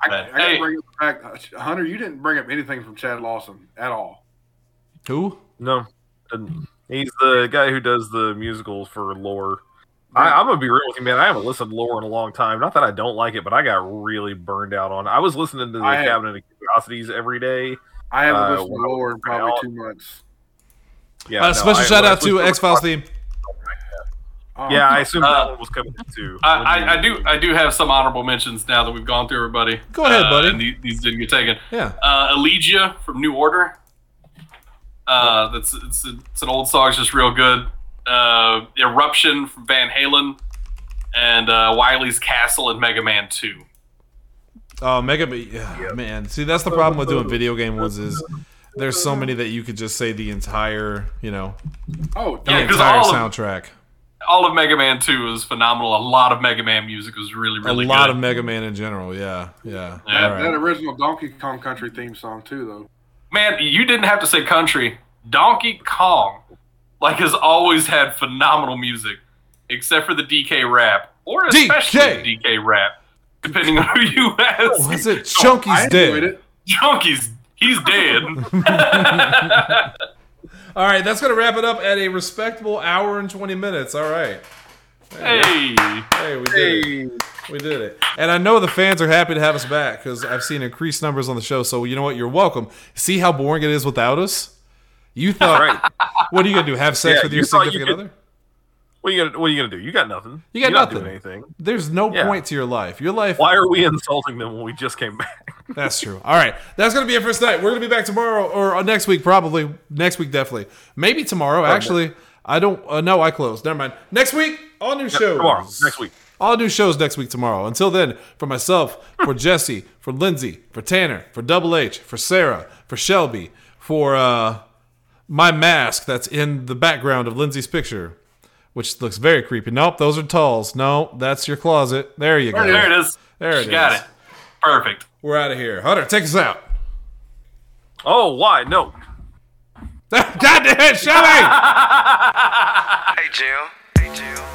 S5: I,
S3: But,
S5: I gotta
S3: hey.
S5: bring up the fact, uh, Hunter, you didn't bring up anything from Chad Lawson at all.
S1: Who?
S2: No, didn't. he's the guy who does the musicals for Lore. I, I'm gonna be real with you, man. I haven't listened to Lore in a long time. Not that I don't like it, but I got really burned out on. I was listening to the
S5: I have-
S2: Cabinet of Curiosities every day.
S5: I haven't
S2: Uh,
S5: listened to
S2: well,
S5: Lore in probably two months.
S2: Yeah,
S1: uh,
S2: no,
S1: special
S2: I-
S1: shout
S2: when I
S1: out to
S2: listened
S1: X Files theme.
S5: Oh,
S2: Yeah, I assumed
S3: Uh,
S2: that one was coming up too.
S3: I, I, I do. I do have some honorable mentions now that we've gone through everybody.
S1: Go ahead,
S3: Uh,
S1: buddy.
S3: And the- these didn't get taken.
S1: Yeah.
S3: Uh, Elegia from New Order. Uh, that's it's, it's an old song. It's just real good. Uh, Eruption from Van Halen, and uh, Wiley's Castle in Mega Man Two.
S1: Oh, Mega Man. yeah, Man, see, that's the problem with doing video game ones is there's so many that you could just say the entire, you know,
S5: Oh,
S1: the
S5: darn.
S3: Yeah, 'cause
S1: entire
S3: all of-
S1: soundtrack.
S3: All of Mega Man Two is phenomenal. A lot of Mega Man music was really really
S1: a lot
S3: good.
S1: of Mega Man in general. Yeah. Yeah.
S3: Yeah.
S1: All right.
S5: that original Donkey Kong Country theme song too, though.
S3: Man, you didn't have to say country. Donkey Kong, like, has always had phenomenal music, except for the DK rap, or
S1: DK.
S3: especially the DK rap, depending on who you ask.
S1: Was it Chunky's
S5: I enjoyed
S1: dead?
S5: it.
S3: Junkies, he's dead.
S1: All right, that's going to wrap it up at a respectable hour and 20 minutes. All right.
S3: Hey,
S1: Hey, we did it. We did it. And I know the fans are happy to have us back because I've seen increased numbers on the show. So, you know what? You're welcome. See how boring it is without us? You thought,
S2: Right.
S1: what are you going to do? Have sex
S2: Yeah,
S1: with your
S2: you thought you
S1: significant
S2: could-
S1: other?
S2: What are you gonna What are you gonna do? You got nothing.
S1: You got
S2: You're not
S1: nothing.
S2: doing anything.
S1: There's no
S2: Yeah.
S1: point to your life. Your life.
S2: Why are we insulting them when we just came back?
S1: That's true. All right. That's going to be it for us tonight. We're going to be back tomorrow or uh, next week, probably. Next week, definitely. Maybe tomorrow, actually. I don't uh, No, I closed. Never mind. Next week, all new shows.
S2: Tomorrow, next week.
S1: All new shows next week, tomorrow. Until then, for myself, for Jesse, for Lindsay, for Tanner, for Double H, for Sarah, for Shelby, for uh, my mask that's in the background of Lindsay's picture, which looks very creepy. Nope, those are talls. No, that's your closet. There you go.
S3: there it is.
S1: There it
S3: she got
S1: is.
S3: it. Perfect.
S1: We're out of here. Hunter, take us out.
S2: Oh, why? No.
S1: God damn it, Shelby!
S6: Hey Jill. Hey Jill.